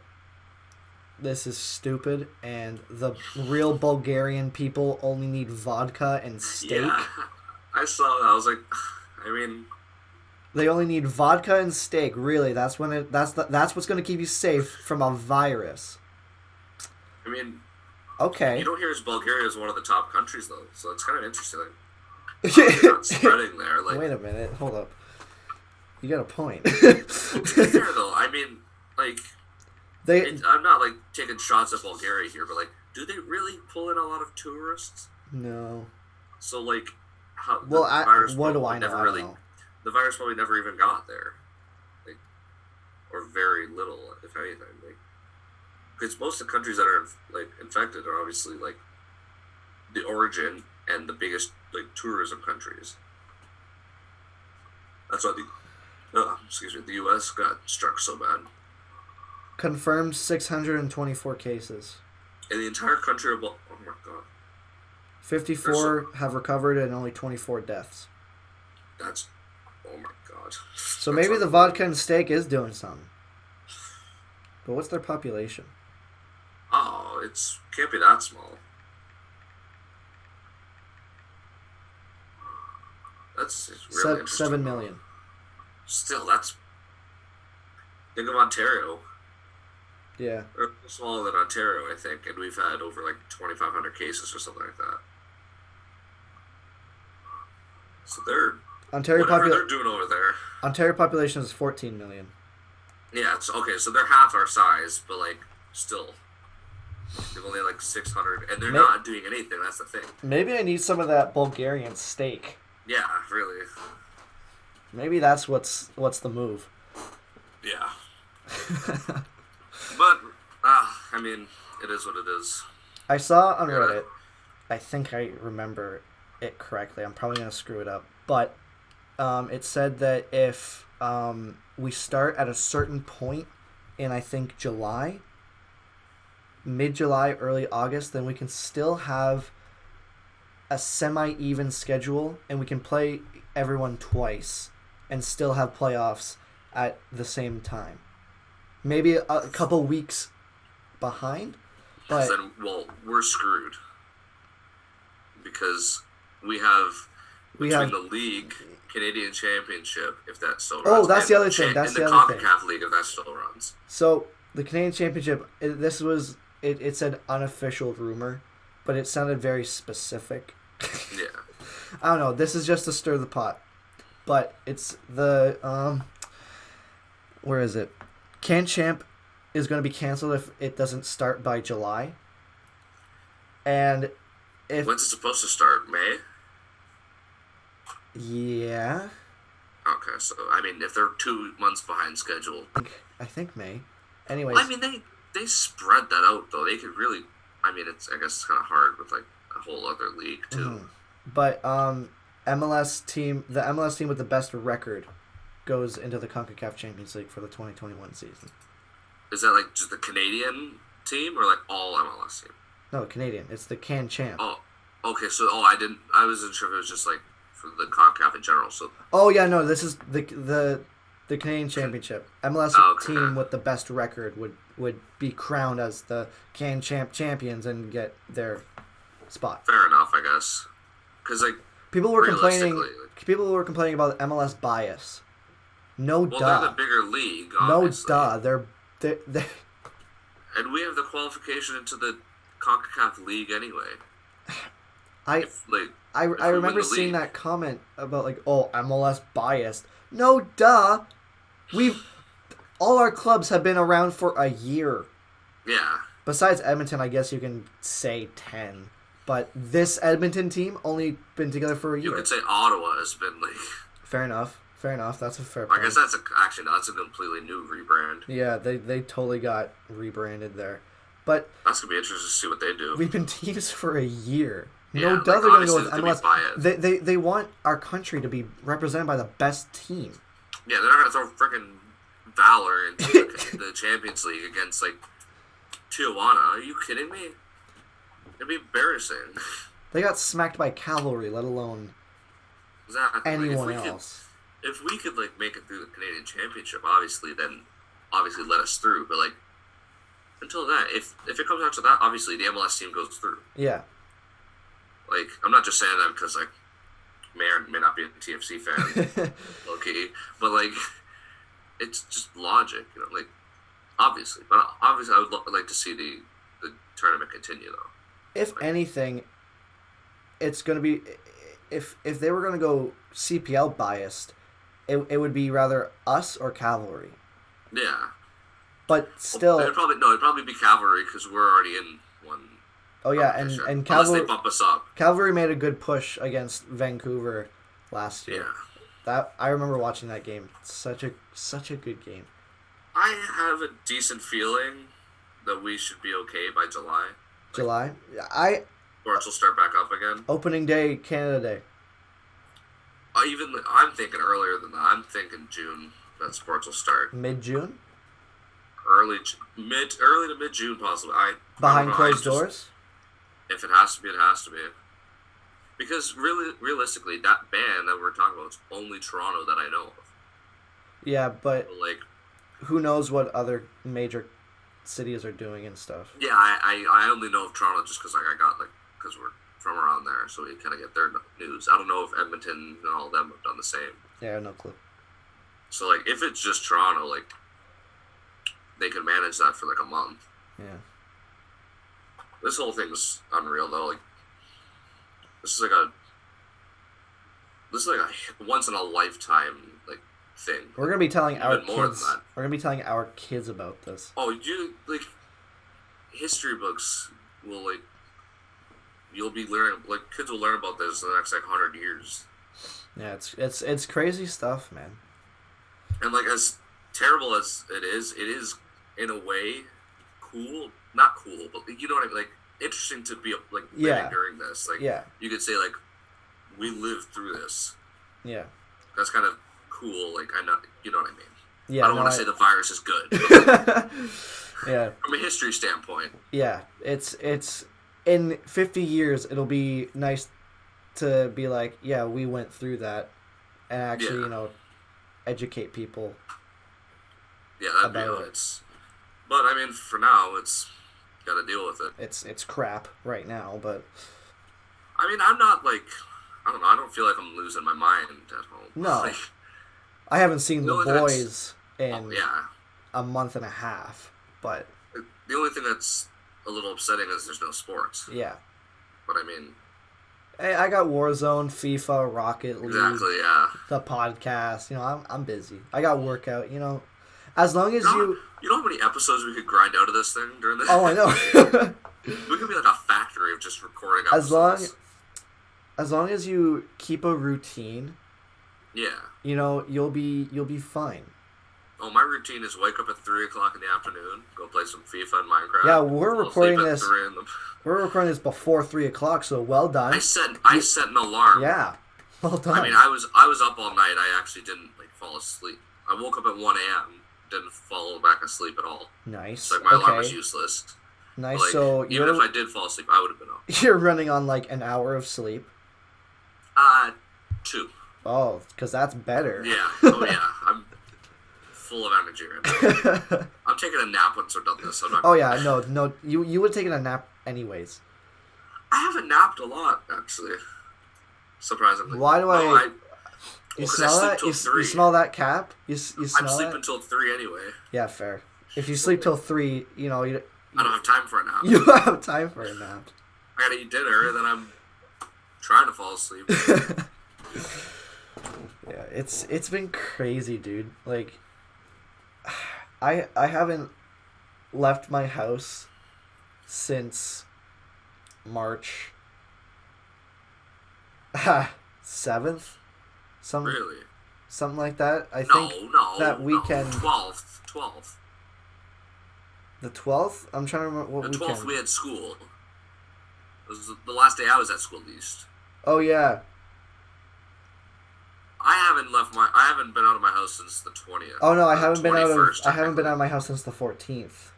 Speaker 1: this is stupid and the real Bulgarian people only need vodka and steak.
Speaker 2: yeah. I saw that. I was like, I mean,
Speaker 1: They only need vodka and steak. Really, that's when it that's the, that's what's gonna keep you safe from a virus.
Speaker 2: I mean,
Speaker 1: Okay.
Speaker 2: you don't hear is Bulgaria is one of the top countries though, so it's kind of interesting. Like, it's not spreading there. Like,
Speaker 1: Wait a minute, hold up. You got a point.
Speaker 2: to be fair though, I mean, like.
Speaker 1: they
Speaker 2: It, I'm not like taking shots at Bulgaria here, but like, do they really pull in a lot of tourists?
Speaker 1: no.
Speaker 2: So like, how, the
Speaker 1: Well, I,
Speaker 2: virus
Speaker 1: what do
Speaker 2: probably
Speaker 1: I know?
Speaker 2: Never
Speaker 1: I don't
Speaker 2: really,
Speaker 1: know.
Speaker 2: the virus probably never even got there, like, or very little, if anything. Like, because most of the countries that are like infected are obviously like the origin and the biggest like tourism countries. That's why the, uh, excuse me, the U.S. got struck so bad.
Speaker 1: Confirmed 624 cases.
Speaker 2: And the entire country of, Bul- oh my god.
Speaker 1: 54 have recovered and only 24 deaths.
Speaker 2: That's oh my god.
Speaker 1: So maybe the vodka and steak is doing something. But what's their population?
Speaker 2: Oh, it's can't be that small. That's it's really
Speaker 1: Sev-
Speaker 2: interesting.
Speaker 1: 7 million.
Speaker 2: Still, that's think of Ontario.
Speaker 1: Yeah.
Speaker 2: We're smaller than Ontario, I think, and we've had over like twenty five hundred cases or something like that. So they're
Speaker 1: Ontario,
Speaker 2: whatever
Speaker 1: popula-
Speaker 2: they're doing over there.
Speaker 1: Ontario population is 14 million.
Speaker 2: Yeah, it's okay. So they're half our size, but like still, they've only like six hundred, and they're
Speaker 1: Ma-
Speaker 2: not doing anything. That's the thing.
Speaker 1: Maybe I need some of that Bulgarian steak.
Speaker 2: Yeah, really.
Speaker 1: Maybe that's what's what's the move.
Speaker 2: Yeah, ah, but uh, I mean, it is what it is.
Speaker 1: I saw on
Speaker 2: Yeah.
Speaker 1: Reddit. I think I remember it correctly. I'm probably gonna screw it up, but um, it said that if um, we start at a certain point in I think July, mid July, early August, then we can still have a semi even schedule, and we can play everyone twice, and still have playoffs at the same time. Maybe a, a couple weeks behind, but
Speaker 2: 'Cause then, well, we're screwed because we have
Speaker 1: we
Speaker 2: between
Speaker 1: have
Speaker 2: the league Canadian Championship if that still
Speaker 1: Oh,
Speaker 2: runs.
Speaker 1: that's
Speaker 2: and
Speaker 1: the other thing,
Speaker 2: cha-
Speaker 1: that's
Speaker 2: and
Speaker 1: the
Speaker 2: the
Speaker 1: other thing.
Speaker 2: Concacaf League if that still runs.
Speaker 1: So the Canadian Championship. It, this was it, it. said unofficial rumor, but it sounded very specific.
Speaker 2: Yeah,
Speaker 1: I don't know. This is just to stir the pot, but it's the um. Where is it? Can Champ is going to be canceled if it doesn't start by July. And if
Speaker 2: when's it supposed to start? May.
Speaker 1: yeah,
Speaker 2: Okay, so I mean, if they're two months behind schedule,
Speaker 1: I think, I think May. Anyways,
Speaker 2: I mean they they spread that out though. They could really. I mean, it's I guess it's kind of hard with like a whole other league too.
Speaker 1: Mhm. But um, MLS team, the MLS team with the best record, goes into the Concacaf Champions League for the 2021 season.
Speaker 2: Is that like just the Canadian team or like all MLS team?
Speaker 1: No, Canadian. It's the Can Champ.
Speaker 2: Oh, okay. So, oh, I didn't. I wasn't sure if it was just like for the Concacaf in general. So,
Speaker 1: Oh yeah, no, this is the the the Canadian Championship. MLS
Speaker 2: Oh, Okay.
Speaker 1: team with the best record would would be crowned as the Can Champ champions and get their spot.
Speaker 2: fair enough, I guess. Because like,
Speaker 1: People were complaining.
Speaker 2: Realistically,
Speaker 1: People were complaining about MLS bias. No
Speaker 2: well, they're
Speaker 1: duh.
Speaker 2: the bigger league.
Speaker 1: no
Speaker 2: Obviously.
Speaker 1: duh. They're they they.
Speaker 2: And we have the qualification into the Concacaf league anyway.
Speaker 1: I
Speaker 2: If like,
Speaker 1: I, I
Speaker 2: If we win
Speaker 1: remember
Speaker 2: the
Speaker 1: seeing
Speaker 2: league.
Speaker 1: that comment about like, oh, MLS biased. No, duh. We've all our clubs have been around for a year.
Speaker 2: yeah,
Speaker 1: Besides Edmonton, I guess you can say ten. But this Edmonton team only been together for a
Speaker 2: you
Speaker 1: year.
Speaker 2: could say Ottawa has been like.
Speaker 1: fair enough. Fair enough. That's a fair
Speaker 2: I
Speaker 1: point.
Speaker 2: guess that's a, actually no, that's a completely new rebrand.
Speaker 1: yeah, they they totally got rebranded there. But
Speaker 2: That's gonna be interesting to see what they do.
Speaker 1: we've been teams for a year.
Speaker 2: Yeah,
Speaker 1: No
Speaker 2: like,
Speaker 1: doubt they're gonna go
Speaker 2: obviously
Speaker 1: with
Speaker 2: there's gonna be
Speaker 1: MLS.
Speaker 2: bias.
Speaker 1: They, they they want our country to be represented by the best team.
Speaker 2: yeah, they're not gonna throw freaking Valor into the, the Champions League against like Tijuana. Are you kidding me? It'd be embarrassing.
Speaker 1: They got smacked by cavalry, let alone
Speaker 2: Exactly. Like, if
Speaker 1: anyone
Speaker 2: we could-
Speaker 1: else.
Speaker 2: if we could like make it through the Canadian Championship, obviously, then obviously let us through. But like until that, if if it comes out to that, obviously the MLS team goes through.
Speaker 1: Yeah,
Speaker 2: Like I'm not just saying that because like may or may not be a TFC fan, low key, but like it's just logic, you know. Like obviously, but obviously I would lo- like to see the the tournament continue though.
Speaker 1: if anything, it's gonna be if if they were gonna go CPL biased, it it would be rather us or cavalry.
Speaker 2: Yeah.
Speaker 1: But
Speaker 2: it'd
Speaker 1: still,
Speaker 2: probably no, it'd probably be cavalry because we're already in one.
Speaker 1: oh yeah, and
Speaker 2: competition,
Speaker 1: and
Speaker 2: unless
Speaker 1: cavalry
Speaker 2: they bump us up,
Speaker 1: cavalry made a good push against Vancouver last year.
Speaker 2: yeah.
Speaker 1: That I remember watching that game. Such a such a good game.
Speaker 2: I have a decent feeling that we should be okay by July.
Speaker 1: July, I
Speaker 2: March will start back up again.
Speaker 1: opening day Canada Day.
Speaker 2: I even I'm thinking earlier than that. I'm thinking June that sports will start.
Speaker 1: mid June
Speaker 2: Early Ju- mid early to mid June possibly. I I
Speaker 1: behind
Speaker 2: don't know, I
Speaker 1: closed
Speaker 2: just-
Speaker 1: doors.
Speaker 2: If it has to be, it has to be. Because really, realistically, that ban that we're talking about is only Toronto that I know of.
Speaker 1: Yeah, but
Speaker 2: But like,
Speaker 1: who knows what other major cities are doing and stuff.
Speaker 2: yeah, I, I, I only know of Toronto just because like I got like because we're from around there, so we kind of get their news. I don't know if Edmonton and all of them have done the same.
Speaker 1: Yeah, I have no clue.
Speaker 2: So like if it's just Toronto, like they could manage that for like a month.
Speaker 1: Yeah.
Speaker 2: This whole thing is unreal though. Like this is like a this is like a once in a lifetime like thing.
Speaker 1: We're gonna be telling our
Speaker 2: Even more than
Speaker 1: kids.
Speaker 2: that.
Speaker 1: We're gonna be telling our kids about this.
Speaker 2: Oh, you like history books will like you'll be learning like kids will learn about this in the next like hundred years.
Speaker 1: Yeah, it's it's it's crazy stuff, man.
Speaker 2: And like as terrible as it is, it is in a way cool. Not cool, but you know what I mean. Like interesting to be like living
Speaker 1: Yeah.
Speaker 2: during this. Like
Speaker 1: Yeah.
Speaker 2: you could say like we lived through this.
Speaker 1: Yeah.
Speaker 2: That's kind of cool. Like I know you know what I mean.
Speaker 1: Yeah.
Speaker 2: I don't
Speaker 1: no,
Speaker 2: want to say the virus is good but
Speaker 1: yeah.
Speaker 2: from a history standpoint.
Speaker 1: Yeah. It's it's in 50 years it'll be nice to be like, yeah, we went through that and actually,
Speaker 2: Yeah.
Speaker 1: you know, educate people.
Speaker 2: Yeah, that'd be
Speaker 1: About
Speaker 2: how
Speaker 1: it.
Speaker 2: it's. But I mean, for now, it's got to deal with it.
Speaker 1: It's it's crap right now, but
Speaker 2: I mean, I'm not like I don't know. I don't feel like I'm losing my mind at home.
Speaker 1: No.
Speaker 2: Like,
Speaker 1: I haven't seen
Speaker 2: No,
Speaker 1: The
Speaker 2: that's- Oh,
Speaker 1: Boys in
Speaker 2: yeah.
Speaker 1: a month and a half, but
Speaker 2: The only thing that's a little upsetting is there's no sports.
Speaker 1: yeah.
Speaker 2: But I mean,
Speaker 1: Hey, I got Warzone, FIFA, Rocket League,
Speaker 2: exactly. Yeah.
Speaker 1: the podcast. You know, I'm I'm busy. I got workout. You know, as long as
Speaker 2: You know,
Speaker 1: you.
Speaker 2: you know how many episodes we could grind out of this thing during this?
Speaker 1: Oh, I know.
Speaker 2: we could be like a factory of just recording.
Speaker 1: As long-
Speaker 2: episodes.
Speaker 1: as long as you keep a routine,
Speaker 2: Yeah.
Speaker 1: you know you'll be you'll be fine.
Speaker 2: Oh, my routine is wake up at three o'clock in the afternoon, go play some FIFA and Minecraft.
Speaker 1: Yeah, we're
Speaker 2: fall asleep
Speaker 1: recording
Speaker 2: at
Speaker 1: this-
Speaker 2: three in the-
Speaker 1: We're recording this before three o'clock, so well
Speaker 2: I
Speaker 1: done.
Speaker 2: set I set an alarm.
Speaker 1: Yeah, well done.
Speaker 2: I mean, I was I was up all night. I actually didn't like fall asleep. I woke up at one a.m. Didn't fall back asleep at all.
Speaker 1: nice.
Speaker 2: It's like my alarm was
Speaker 1: okay,
Speaker 2: useless.
Speaker 1: nice.
Speaker 2: Like
Speaker 1: so
Speaker 2: even
Speaker 1: you're
Speaker 2: if I did fall asleep, I would have been up.
Speaker 1: you're running on like an hour of sleep.
Speaker 2: Uh two.
Speaker 1: Oh, because that's better.
Speaker 2: Yeah. Oh yeah. I'm full of energy. Right now. I'm taking a nap once we're done this. I'm not,
Speaker 1: oh yeah, no, no. You you would have taken a nap anyways.
Speaker 2: I haven't napped a lot actually. Surprisingly.
Speaker 1: Why do
Speaker 2: No,
Speaker 1: I- You
Speaker 2: Well, 'cause I
Speaker 1: smell
Speaker 2: sleep
Speaker 1: that?
Speaker 2: till
Speaker 1: You, s- you
Speaker 2: three.
Speaker 1: smell that cap? You, s- you
Speaker 2: I'm
Speaker 1: smell
Speaker 2: sleeping
Speaker 1: that?
Speaker 2: until three anyway.
Speaker 1: Yeah, fair. If you sleep till three, you know you,
Speaker 2: I don't have time for a nap.
Speaker 1: you have time for a nap.
Speaker 2: I gotta eat dinner, and then I'm trying to fall asleep.
Speaker 1: Yeah, it's it's been crazy, dude. Like, I I haven't left my house since March seventh, some
Speaker 2: really?
Speaker 1: something like that. I
Speaker 2: No,
Speaker 1: think
Speaker 2: no.
Speaker 1: that weekend-
Speaker 2: Twelfth, twelfth,
Speaker 1: the twelfth. I'm trying to remember what
Speaker 2: the
Speaker 1: weekend.
Speaker 2: twelfth. We had school. It was the last day I was at school, at least.
Speaker 1: Oh yeah,
Speaker 2: I haven't left my. I haven't been out of my house since the twentieth.
Speaker 1: Oh no, I haven't been out of
Speaker 2: 21st,
Speaker 1: I haven't been out of my house since the fourteenth.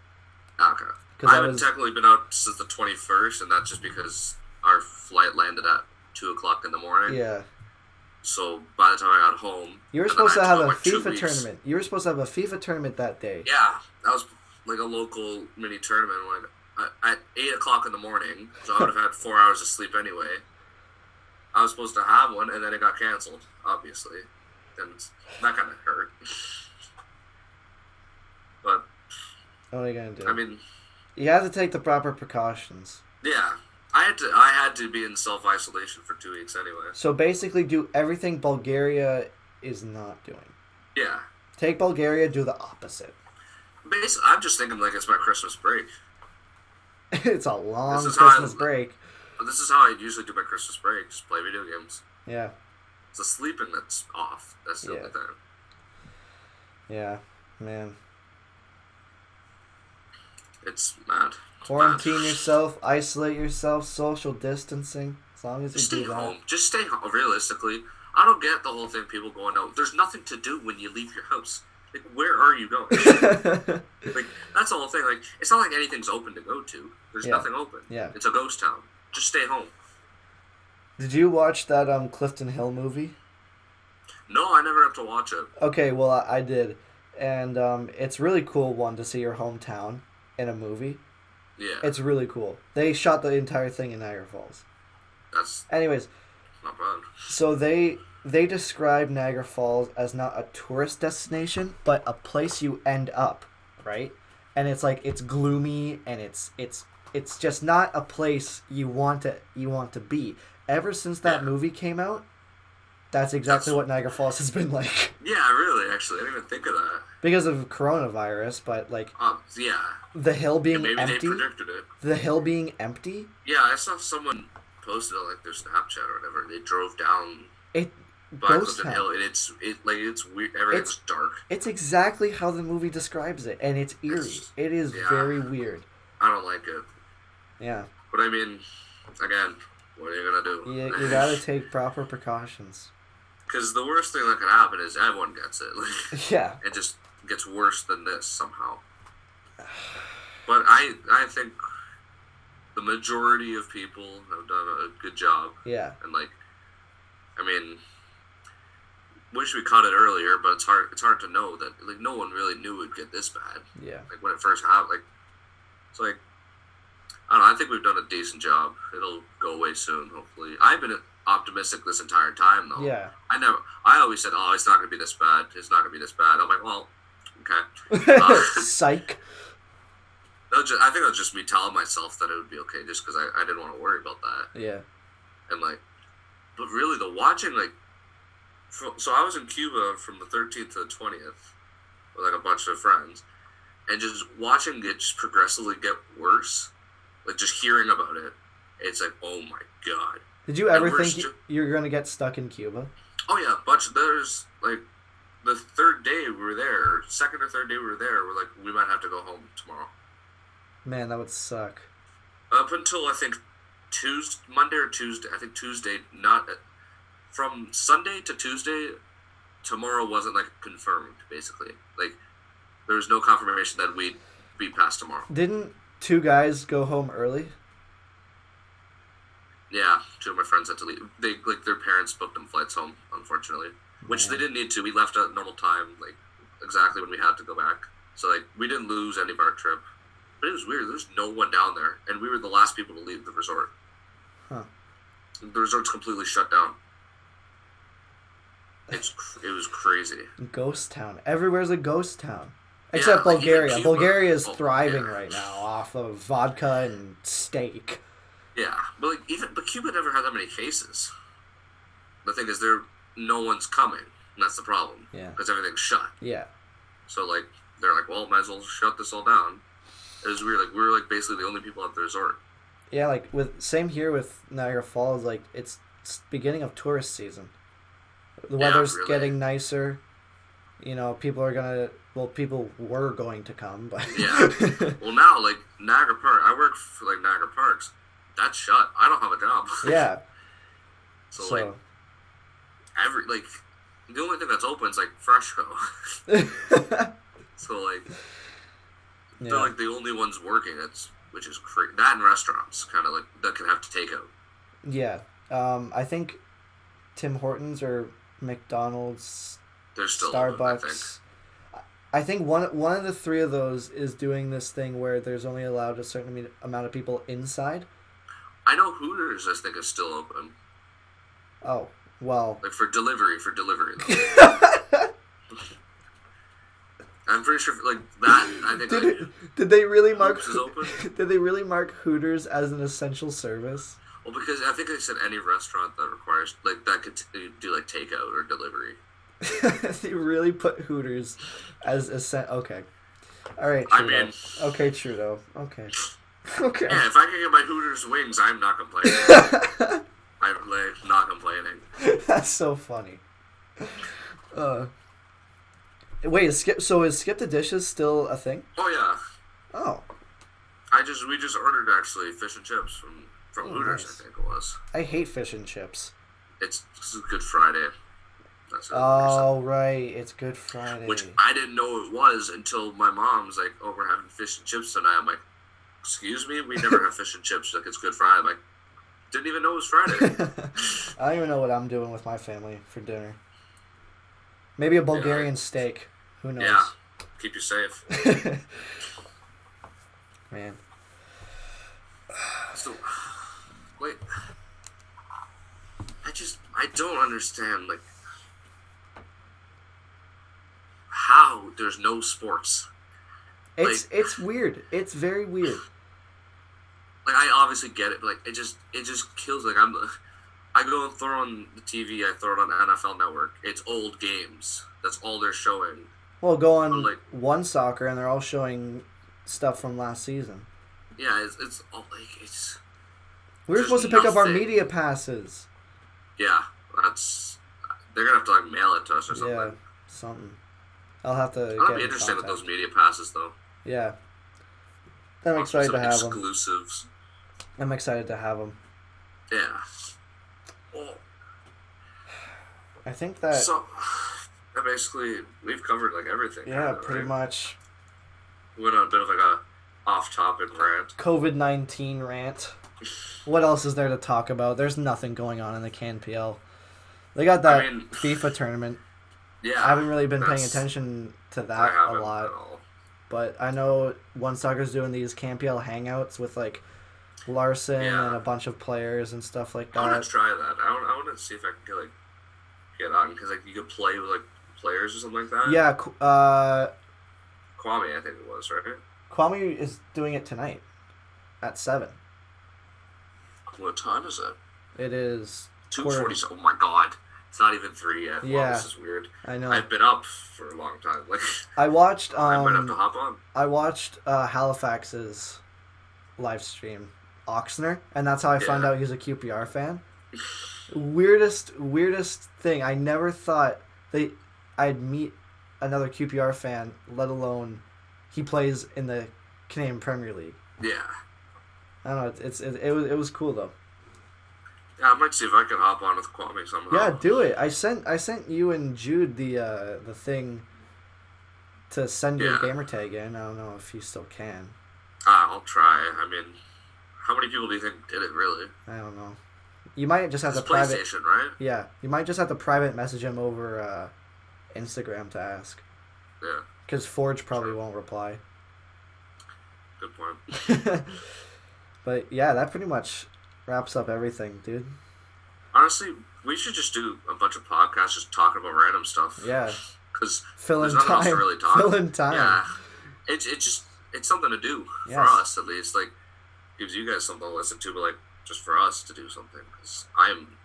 Speaker 2: Okay.
Speaker 1: 'Cause
Speaker 2: I
Speaker 1: I
Speaker 2: haven't
Speaker 1: was-
Speaker 2: technically been out since the twenty first, and that's just because our flight landed at two o'clock in the morning.
Speaker 1: Yeah,
Speaker 2: So by the time I got home,
Speaker 1: you were
Speaker 2: and then
Speaker 1: supposed to
Speaker 2: I
Speaker 1: have a
Speaker 2: took, like, two
Speaker 1: FIFA
Speaker 2: weeks-
Speaker 1: tournament. You were supposed to have a FIFA tournament that day.
Speaker 2: Yeah, that was like a local mini tournament when I, at eight o'clock in the morning, so I would have had four hours of sleep anyway. I was supposed to have one, and then it got canceled, obviously, and that kind of hurt. But
Speaker 1: What are you gonna do?
Speaker 2: I mean,
Speaker 1: you have to take the proper precautions.
Speaker 2: yeah, I had to I had to be in self isolation for two weeks anyway.
Speaker 1: So basically, do everything Bulgaria is not doing.
Speaker 2: Yeah,
Speaker 1: Take Bulgaria, do the opposite.
Speaker 2: basically, I'm just thinking like it's my Christmas break.
Speaker 1: it's a long
Speaker 2: This is how I-
Speaker 1: Christmas break.
Speaker 2: This is how I usually do my Christmas break: just play video games.
Speaker 1: Yeah,
Speaker 2: It's the sleeping that's off. That's the
Speaker 1: Yeah.
Speaker 2: only thing.
Speaker 1: yeah, man.
Speaker 2: It's mad.
Speaker 1: Quarantine yourself, isolate yourself, social distancing. As long as you
Speaker 2: Just stay
Speaker 1: do that.
Speaker 2: home. Just stay home. Realistically, I don't get the whole thing. People going out. There's nothing to do when you leave your house. Like, where are you going? like, that's the whole thing. Like, it's not like anything's open to go to. There's
Speaker 1: Yeah.
Speaker 2: nothing open.
Speaker 1: Yeah.
Speaker 2: It's a ghost town. Just stay home.
Speaker 1: Did you watch that um Clifton Hill movie?
Speaker 2: No, I never have to watch it.
Speaker 1: Okay, well I, I did, and um, it's really cool one to see your hometown in a movie.
Speaker 2: Yeah.
Speaker 1: It's really cool. They shot the entire thing in Niagara Falls.
Speaker 2: that's
Speaker 1: Anyways,
Speaker 2: not bad.
Speaker 1: so they they describe Niagara Falls as not a tourist destination, but a place you end up, right? And it's like it's gloomy and it's it's it's just not a place you want to you want to be. Ever since that
Speaker 2: Yeah.
Speaker 1: movie came out, that's exactly
Speaker 2: That's-
Speaker 1: what Niagara Falls has been like
Speaker 2: Yeah, really. Actually, I didn't even think of that.
Speaker 1: because of coronavirus, but like
Speaker 2: Um, yeah.
Speaker 1: the hill being
Speaker 2: Maybe
Speaker 1: empty
Speaker 2: they predicted it.
Speaker 1: the hill being empty
Speaker 2: Yeah, I saw someone posted on like their Snapchat or whatever. They drove down
Speaker 1: it
Speaker 2: by
Speaker 1: ghost
Speaker 2: Clifton
Speaker 1: town
Speaker 2: Hill, and it's it like it's weird. Everything's dark.
Speaker 1: it's exactly how the movie describes it and it's eerie
Speaker 2: It's-
Speaker 1: it is
Speaker 2: yeah.
Speaker 1: very weird
Speaker 2: I don't like it.
Speaker 1: yeah
Speaker 2: But I mean, again, what are you gonna do?
Speaker 1: You, you gotta take proper precautions.
Speaker 2: Because the worst thing that could happen is everyone gets it. Like,
Speaker 1: Yeah.
Speaker 2: it just gets worse than this somehow. But I, I think the majority of people have done a good job,
Speaker 1: Yeah.
Speaker 2: and like, I mean, wish we caught it earlier, but it's hard. It's hard to know that like no one really knew it'd get this bad.
Speaker 1: Yeah.
Speaker 2: Like when it first happened, like it's like I don't know. I think we've done a decent job. It'll go away soon, hopefully. I've been optimistic this entire time, though.
Speaker 1: Yeah.
Speaker 2: I never. I always said, "Oh, it's not gonna be this bad. It's not gonna be this bad." I'm like, "Well, okay." Uh,
Speaker 1: Psych.
Speaker 2: that was ju- I think that was just me telling myself that it would be okay, just because I, I didn't want to worry about that.
Speaker 1: Yeah.
Speaker 2: And like, but really, the watching like, fro- so I was in Cuba from the 13th to the 20th with like a bunch of friends, and just watching it just progressively get worse, like just hearing about it, it's like, oh my god.
Speaker 1: Did you
Speaker 2: And
Speaker 1: ever
Speaker 2: we're
Speaker 1: think
Speaker 2: stu-
Speaker 1: you, are gonna get stuck in Cuba?
Speaker 2: Oh yeah, bunch. There's like the third day we were there, second or third day we were there. We're like, we might have to go home tomorrow.
Speaker 1: Man, that would suck.
Speaker 2: Up until I think Tuesday, Monday or Tuesday. I think Tuesday. Not uh, from Sunday to Tuesday. Tomorrow wasn't like confirmed. Basically, like there was no confirmation that we'd be past tomorrow.
Speaker 1: Didn't two guys go home early?
Speaker 2: Yeah, two of my friends had to leave. They like their parents booked them flights home, unfortunately, which they didn't need to. We left at normal time, like exactly when we had to go back. So like we didn't lose any of our trip, but it was weird. There's no one down there, and we were the last people to leave the resort.
Speaker 1: Huh.
Speaker 2: The resort's completely shut down. It's cr- it was crazy.
Speaker 1: Ghost town. Everywhere's a ghost town.
Speaker 2: Yeah,
Speaker 1: Except
Speaker 2: like even
Speaker 1: Bulgaria.
Speaker 2: Cuba.
Speaker 1: Bulgaria is
Speaker 2: Oh,
Speaker 1: thriving
Speaker 2: yeah.
Speaker 1: right now off of vodka and steak.
Speaker 2: Yeah, but like even but Cuba never had that many cases. The thing is, there no one's coming. And that's the problem.
Speaker 1: Yeah.
Speaker 2: because everything's shut.
Speaker 1: Yeah.
Speaker 2: So like they're like, well, might as well shut this all down. It was weird. Like we were like basically the only people at the resort.
Speaker 1: Yeah, like with same here with Niagara Falls, like it's, it's beginning of tourist season. The
Speaker 2: Yeah,
Speaker 1: weather's
Speaker 2: really.
Speaker 1: getting nicer. You know, people are gonna well, people were going to come, but
Speaker 2: Yeah. well, now like Niagara Park, I work for like Niagara Parks. That's shut. I don't have a job.
Speaker 1: yeah.
Speaker 2: so, like
Speaker 1: So
Speaker 2: every like the only thing that's open is like Freshco.
Speaker 1: yeah.
Speaker 2: so like they're like the only ones working. It's which is crazy. That and restaurants kind of like that can have to take out.
Speaker 1: yeah. Um I think Tim Hortons or McDonald's
Speaker 2: They're still open, I think.
Speaker 1: Starbucks. I- I think one one of the three of those is doing this thing where there's only allowed a certain ame- amount of people inside.
Speaker 2: I know Hooters. I think is still open.
Speaker 1: Oh well,
Speaker 2: Like for delivery, for delivery. Though. I'm pretty sure, like that. I think
Speaker 1: Did,
Speaker 2: like,
Speaker 1: it, did they really mark
Speaker 2: Hooters is open.
Speaker 1: Did they really mark Hooters as an essential service?
Speaker 2: Well, because I think they said any restaurant that requires like that could t- do like takeout or delivery.
Speaker 1: they really put Hooters as essen Okay, all right. Trudeau.
Speaker 2: I mean-
Speaker 1: okay, Trudeau. Okay, okay.
Speaker 2: Yeah, if I can get my Hooters wings, I'm not complaining. I'm like not complaining.
Speaker 1: That's so funny. Uh, wait, is skip. So is skip the dishes still a thing?
Speaker 2: Oh yeah,
Speaker 1: Oh,
Speaker 2: I just we just ordered actually fish and chips from from
Speaker 1: Oh,
Speaker 2: Hooters.
Speaker 1: nice.
Speaker 2: I think it was.
Speaker 1: I hate fish and chips.
Speaker 2: It's, it's Good Friday. That's it.
Speaker 1: Oh right, it's Good Friday.
Speaker 2: which I didn't know it was until my mom's like, "Oh, we're having fish and chips tonight." I'm like, "Excuse me, we never have fish and chips. Like it's Good Friday." I'm like, "Didn't even know it was Friday."
Speaker 1: I don't even know what I'm doing with my family for dinner. Maybe a Bulgarian steak. Who knows?
Speaker 2: yeah, keep you safe.
Speaker 1: Man.
Speaker 2: So, wait, I just I don't understand like how there's no sports.
Speaker 1: It's it's weird. It's very weird.
Speaker 2: Like I obviously get it, but like it just it just kills. Like I'm. I go and throw on the TV. I throw it on NFL Network. It's old games. That's all they're showing.
Speaker 1: Well, go on
Speaker 2: Like-
Speaker 1: one soccer and they're all showing stuff from last season.
Speaker 2: Yeah, it's, it's all like it's
Speaker 1: We were
Speaker 2: There's
Speaker 1: supposed to pick up our
Speaker 2: nothing.
Speaker 1: media passes.
Speaker 2: yeah. That's they're gonna have to like mail it to us or something.
Speaker 1: Yeah, something. I'll have to.
Speaker 2: I'd
Speaker 1: get
Speaker 2: be
Speaker 1: in
Speaker 2: interested with
Speaker 1: contact.
Speaker 2: those media passes though.
Speaker 1: Yeah. I'm
Speaker 2: Want
Speaker 1: excited
Speaker 2: some
Speaker 1: to have them.
Speaker 2: exclusives.
Speaker 1: I'm excited to have him.
Speaker 2: Yeah. Well,
Speaker 1: I think that
Speaker 2: so that basically we've covered like everything.
Speaker 1: yeah,
Speaker 2: kinda,
Speaker 1: pretty
Speaker 2: right?
Speaker 1: much
Speaker 2: We went on a bit of like a off-topic rant.
Speaker 1: COVID nineteen rant. What else is there to talk about? There's nothing going on in the CanPL. They got that
Speaker 2: I mean-
Speaker 1: FIFA tournament.
Speaker 2: Yeah,
Speaker 1: I haven't really been paying
Speaker 2: that's-
Speaker 1: attention to
Speaker 2: I
Speaker 1: that
Speaker 2: haven't
Speaker 1: a lot,
Speaker 2: at all.
Speaker 1: but I know One Soccer's doing these CanPL hangouts with like Larson
Speaker 2: Yeah.
Speaker 1: and a bunch of players and stuff like
Speaker 2: I want
Speaker 1: that.
Speaker 2: to try that. I want, I want to see if I can get, like get on because like you could play with like players or something like that.
Speaker 1: Yeah, Qu- uh,
Speaker 2: Kwame, I think it was right.
Speaker 1: Kwame is doing it tonight at seven.
Speaker 2: What time is it?
Speaker 1: It is
Speaker 2: Two
Speaker 1: quarter-
Speaker 2: forty. Oh my god, it's not even three yet. Wow,
Speaker 1: Yeah.
Speaker 2: this is weird.
Speaker 1: I know.
Speaker 2: I've been up for a long time. Like
Speaker 1: I watched.
Speaker 2: I might have to
Speaker 1: Um,
Speaker 2: hop on.
Speaker 1: I watched uh, Halifax's live stream, Oxner, and that's how I found
Speaker 2: Yeah.
Speaker 1: out he's a QPR fan. weirdest, weirdest thing. I never thought they I'd meet another QPR fan, let alone he plays in the Canadian Premier League.
Speaker 2: Yeah.
Speaker 1: I don't know. It's, it's it, it was it was cool though.
Speaker 2: Yeah, I might see if I can hop on with Kwame somehow.
Speaker 1: Yeah, do it. I sent I sent you and Jude the uh, the thing to send your
Speaker 2: Yeah.
Speaker 1: gamer tag in. I don't know if you still can.
Speaker 2: Ah, I'll try. I mean, how many people do you think did it really?
Speaker 1: I don't know. You might just have
Speaker 2: It's
Speaker 1: to private.
Speaker 2: PlayStation, right?
Speaker 1: Yeah, you might just have to private message him over uh, Instagram to ask,
Speaker 2: Yeah,
Speaker 1: because Forge probably
Speaker 2: Sure.
Speaker 1: won't reply.
Speaker 2: good point.
Speaker 1: but yeah, that pretty much wraps up everything, dude.
Speaker 2: Honestly, we should just do a bunch of podcasts just talking about random stuff.
Speaker 1: Yeah,
Speaker 2: Because
Speaker 1: fill in
Speaker 2: There's nothing else to
Speaker 1: time.
Speaker 2: really talk.
Speaker 1: Fill in time.
Speaker 2: yeah, it's it's just it's something to do
Speaker 1: Yes.
Speaker 2: for us at least. Like gives you guys something to listen to, but like just for us to do something. Because I'm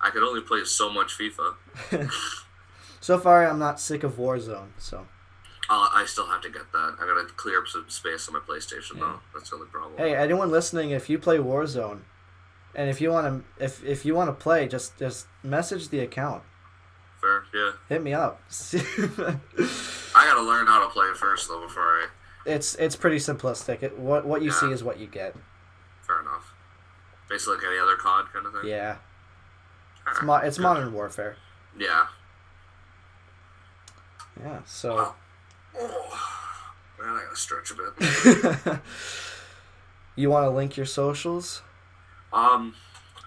Speaker 2: I could only play so much FIFA.
Speaker 1: So far, I'm not sick of Warzone, so
Speaker 2: Uh, I still have to get that. I gotta clear up some space on my PlayStation
Speaker 1: Yeah.
Speaker 2: though. That's the only problem.
Speaker 1: Hey, anyone listening, if you play Warzone, and if you want to, if if you want to play, just just message the account.
Speaker 2: Fair, yeah.
Speaker 1: Hit me up.
Speaker 2: I gotta learn how to play first though before I.
Speaker 1: it's it's pretty simplistic. It, what what you see
Speaker 2: Yeah.
Speaker 1: is what you get.
Speaker 2: Fair enough. Basically like any other COD kind of thing.
Speaker 1: Yeah, it's
Speaker 2: Alright.
Speaker 1: mo- it's modern warfare.
Speaker 2: Yeah.
Speaker 1: Yeah. So,
Speaker 2: Wow. Oh, man, I gotta stretch a bit.
Speaker 1: you want to link your socials?
Speaker 2: Um,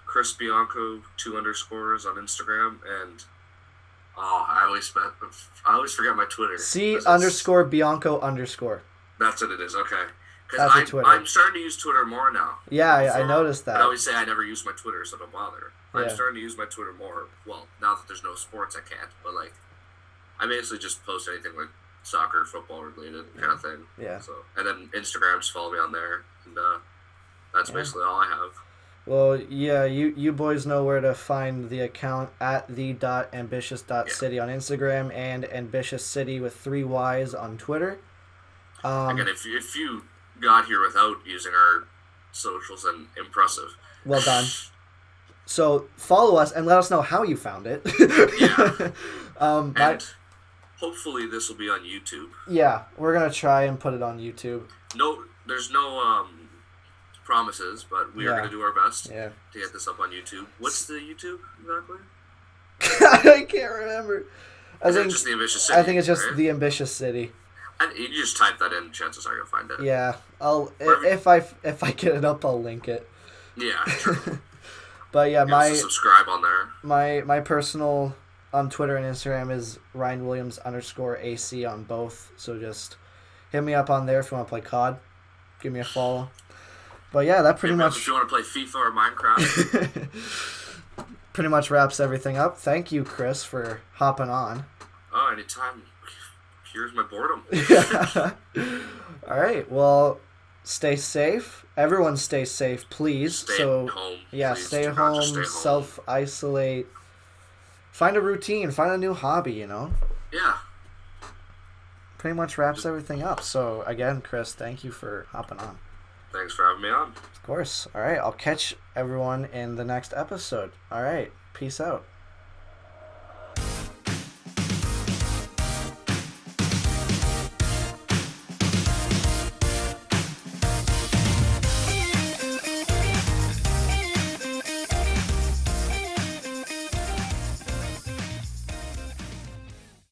Speaker 2: Chris Bianco two underscores on Instagram and oh, I always spent, I always forget my Twitter.
Speaker 1: C
Speaker 2: 'cause it's-
Speaker 1: underscore Bianco underscore.
Speaker 2: That's what it is. Okay.
Speaker 1: That's your
Speaker 2: Because I'm,
Speaker 1: Twitter.
Speaker 2: I'm starting to use Twitter more now.
Speaker 1: Yeah, I, I
Speaker 2: So,
Speaker 1: noticed
Speaker 2: I
Speaker 1: that.
Speaker 2: always say I never use my Twitter, so don't bother. I'm
Speaker 1: Yeah.
Speaker 2: starting to use my Twitter more. Well, now that there's no sports, I can't. But like, I basically just post anything like soccer, football related kind of thing.
Speaker 1: Yeah.
Speaker 2: So, and then Instagrams follow me on there, and uh, that's
Speaker 1: Yeah.
Speaker 2: basically all I have.
Speaker 1: Well, yeah, you you boys know where to find the account at the dot ambitious dot city on Instagram and ambitious city with three Y's on Twitter. Um,
Speaker 2: Again, if you, if you got here without using our socials, then impressive.
Speaker 1: well done. So follow us and let us know how you found it.
Speaker 2: Yeah.
Speaker 1: um, my-
Speaker 2: And hopefully this will be on YouTube.
Speaker 1: yeah, we're gonna try and put it on YouTube.
Speaker 2: No, there's no um, promises, but we are
Speaker 1: Yeah.
Speaker 2: going to do our best
Speaker 1: Yeah,
Speaker 2: to get this up on YouTube. What's the YouTube exactly?
Speaker 1: I can't remember. I
Speaker 2: Is it
Speaker 1: think
Speaker 2: just the ambitious city?
Speaker 1: I think it's just
Speaker 2: right?
Speaker 1: the ambitious city.
Speaker 2: And you just type that in. Chances are you'll find it.
Speaker 1: Yeah, I'll i-
Speaker 2: Wherever-
Speaker 1: if I if I get it up, I'll link it.
Speaker 2: Yeah. Sure.
Speaker 1: But yeah,
Speaker 2: My...
Speaker 1: my
Speaker 2: Subscribe on there.
Speaker 1: my my personal on Twitter and Instagram is Ryan Williams underscore AC on both. So just hit me up on there if you want to play COD. Give me a follow. But yeah, that pretty
Speaker 2: Hey,
Speaker 1: much
Speaker 2: If you want to play FIFA or Minecraft,
Speaker 1: pretty much wraps everything up. Thank you, Chris, for hopping on.
Speaker 2: oh, anytime. Here's my boredom.
Speaker 1: All right. Well, stay safe. Everyone, stay safe, please.
Speaker 2: Stay
Speaker 1: so
Speaker 2: home.
Speaker 1: yeah,
Speaker 2: please.
Speaker 1: stay
Speaker 2: Do not
Speaker 1: home,
Speaker 2: just stay
Speaker 1: self isolate. Find a routine. Find a new hobby. You know.
Speaker 2: Yeah.
Speaker 1: Pretty much wraps everything up. So again, Chris, thank you for hopping on.
Speaker 2: Thanks for having me on.
Speaker 1: Of course. All right. I'll catch everyone in the next episode. All right. Peace out.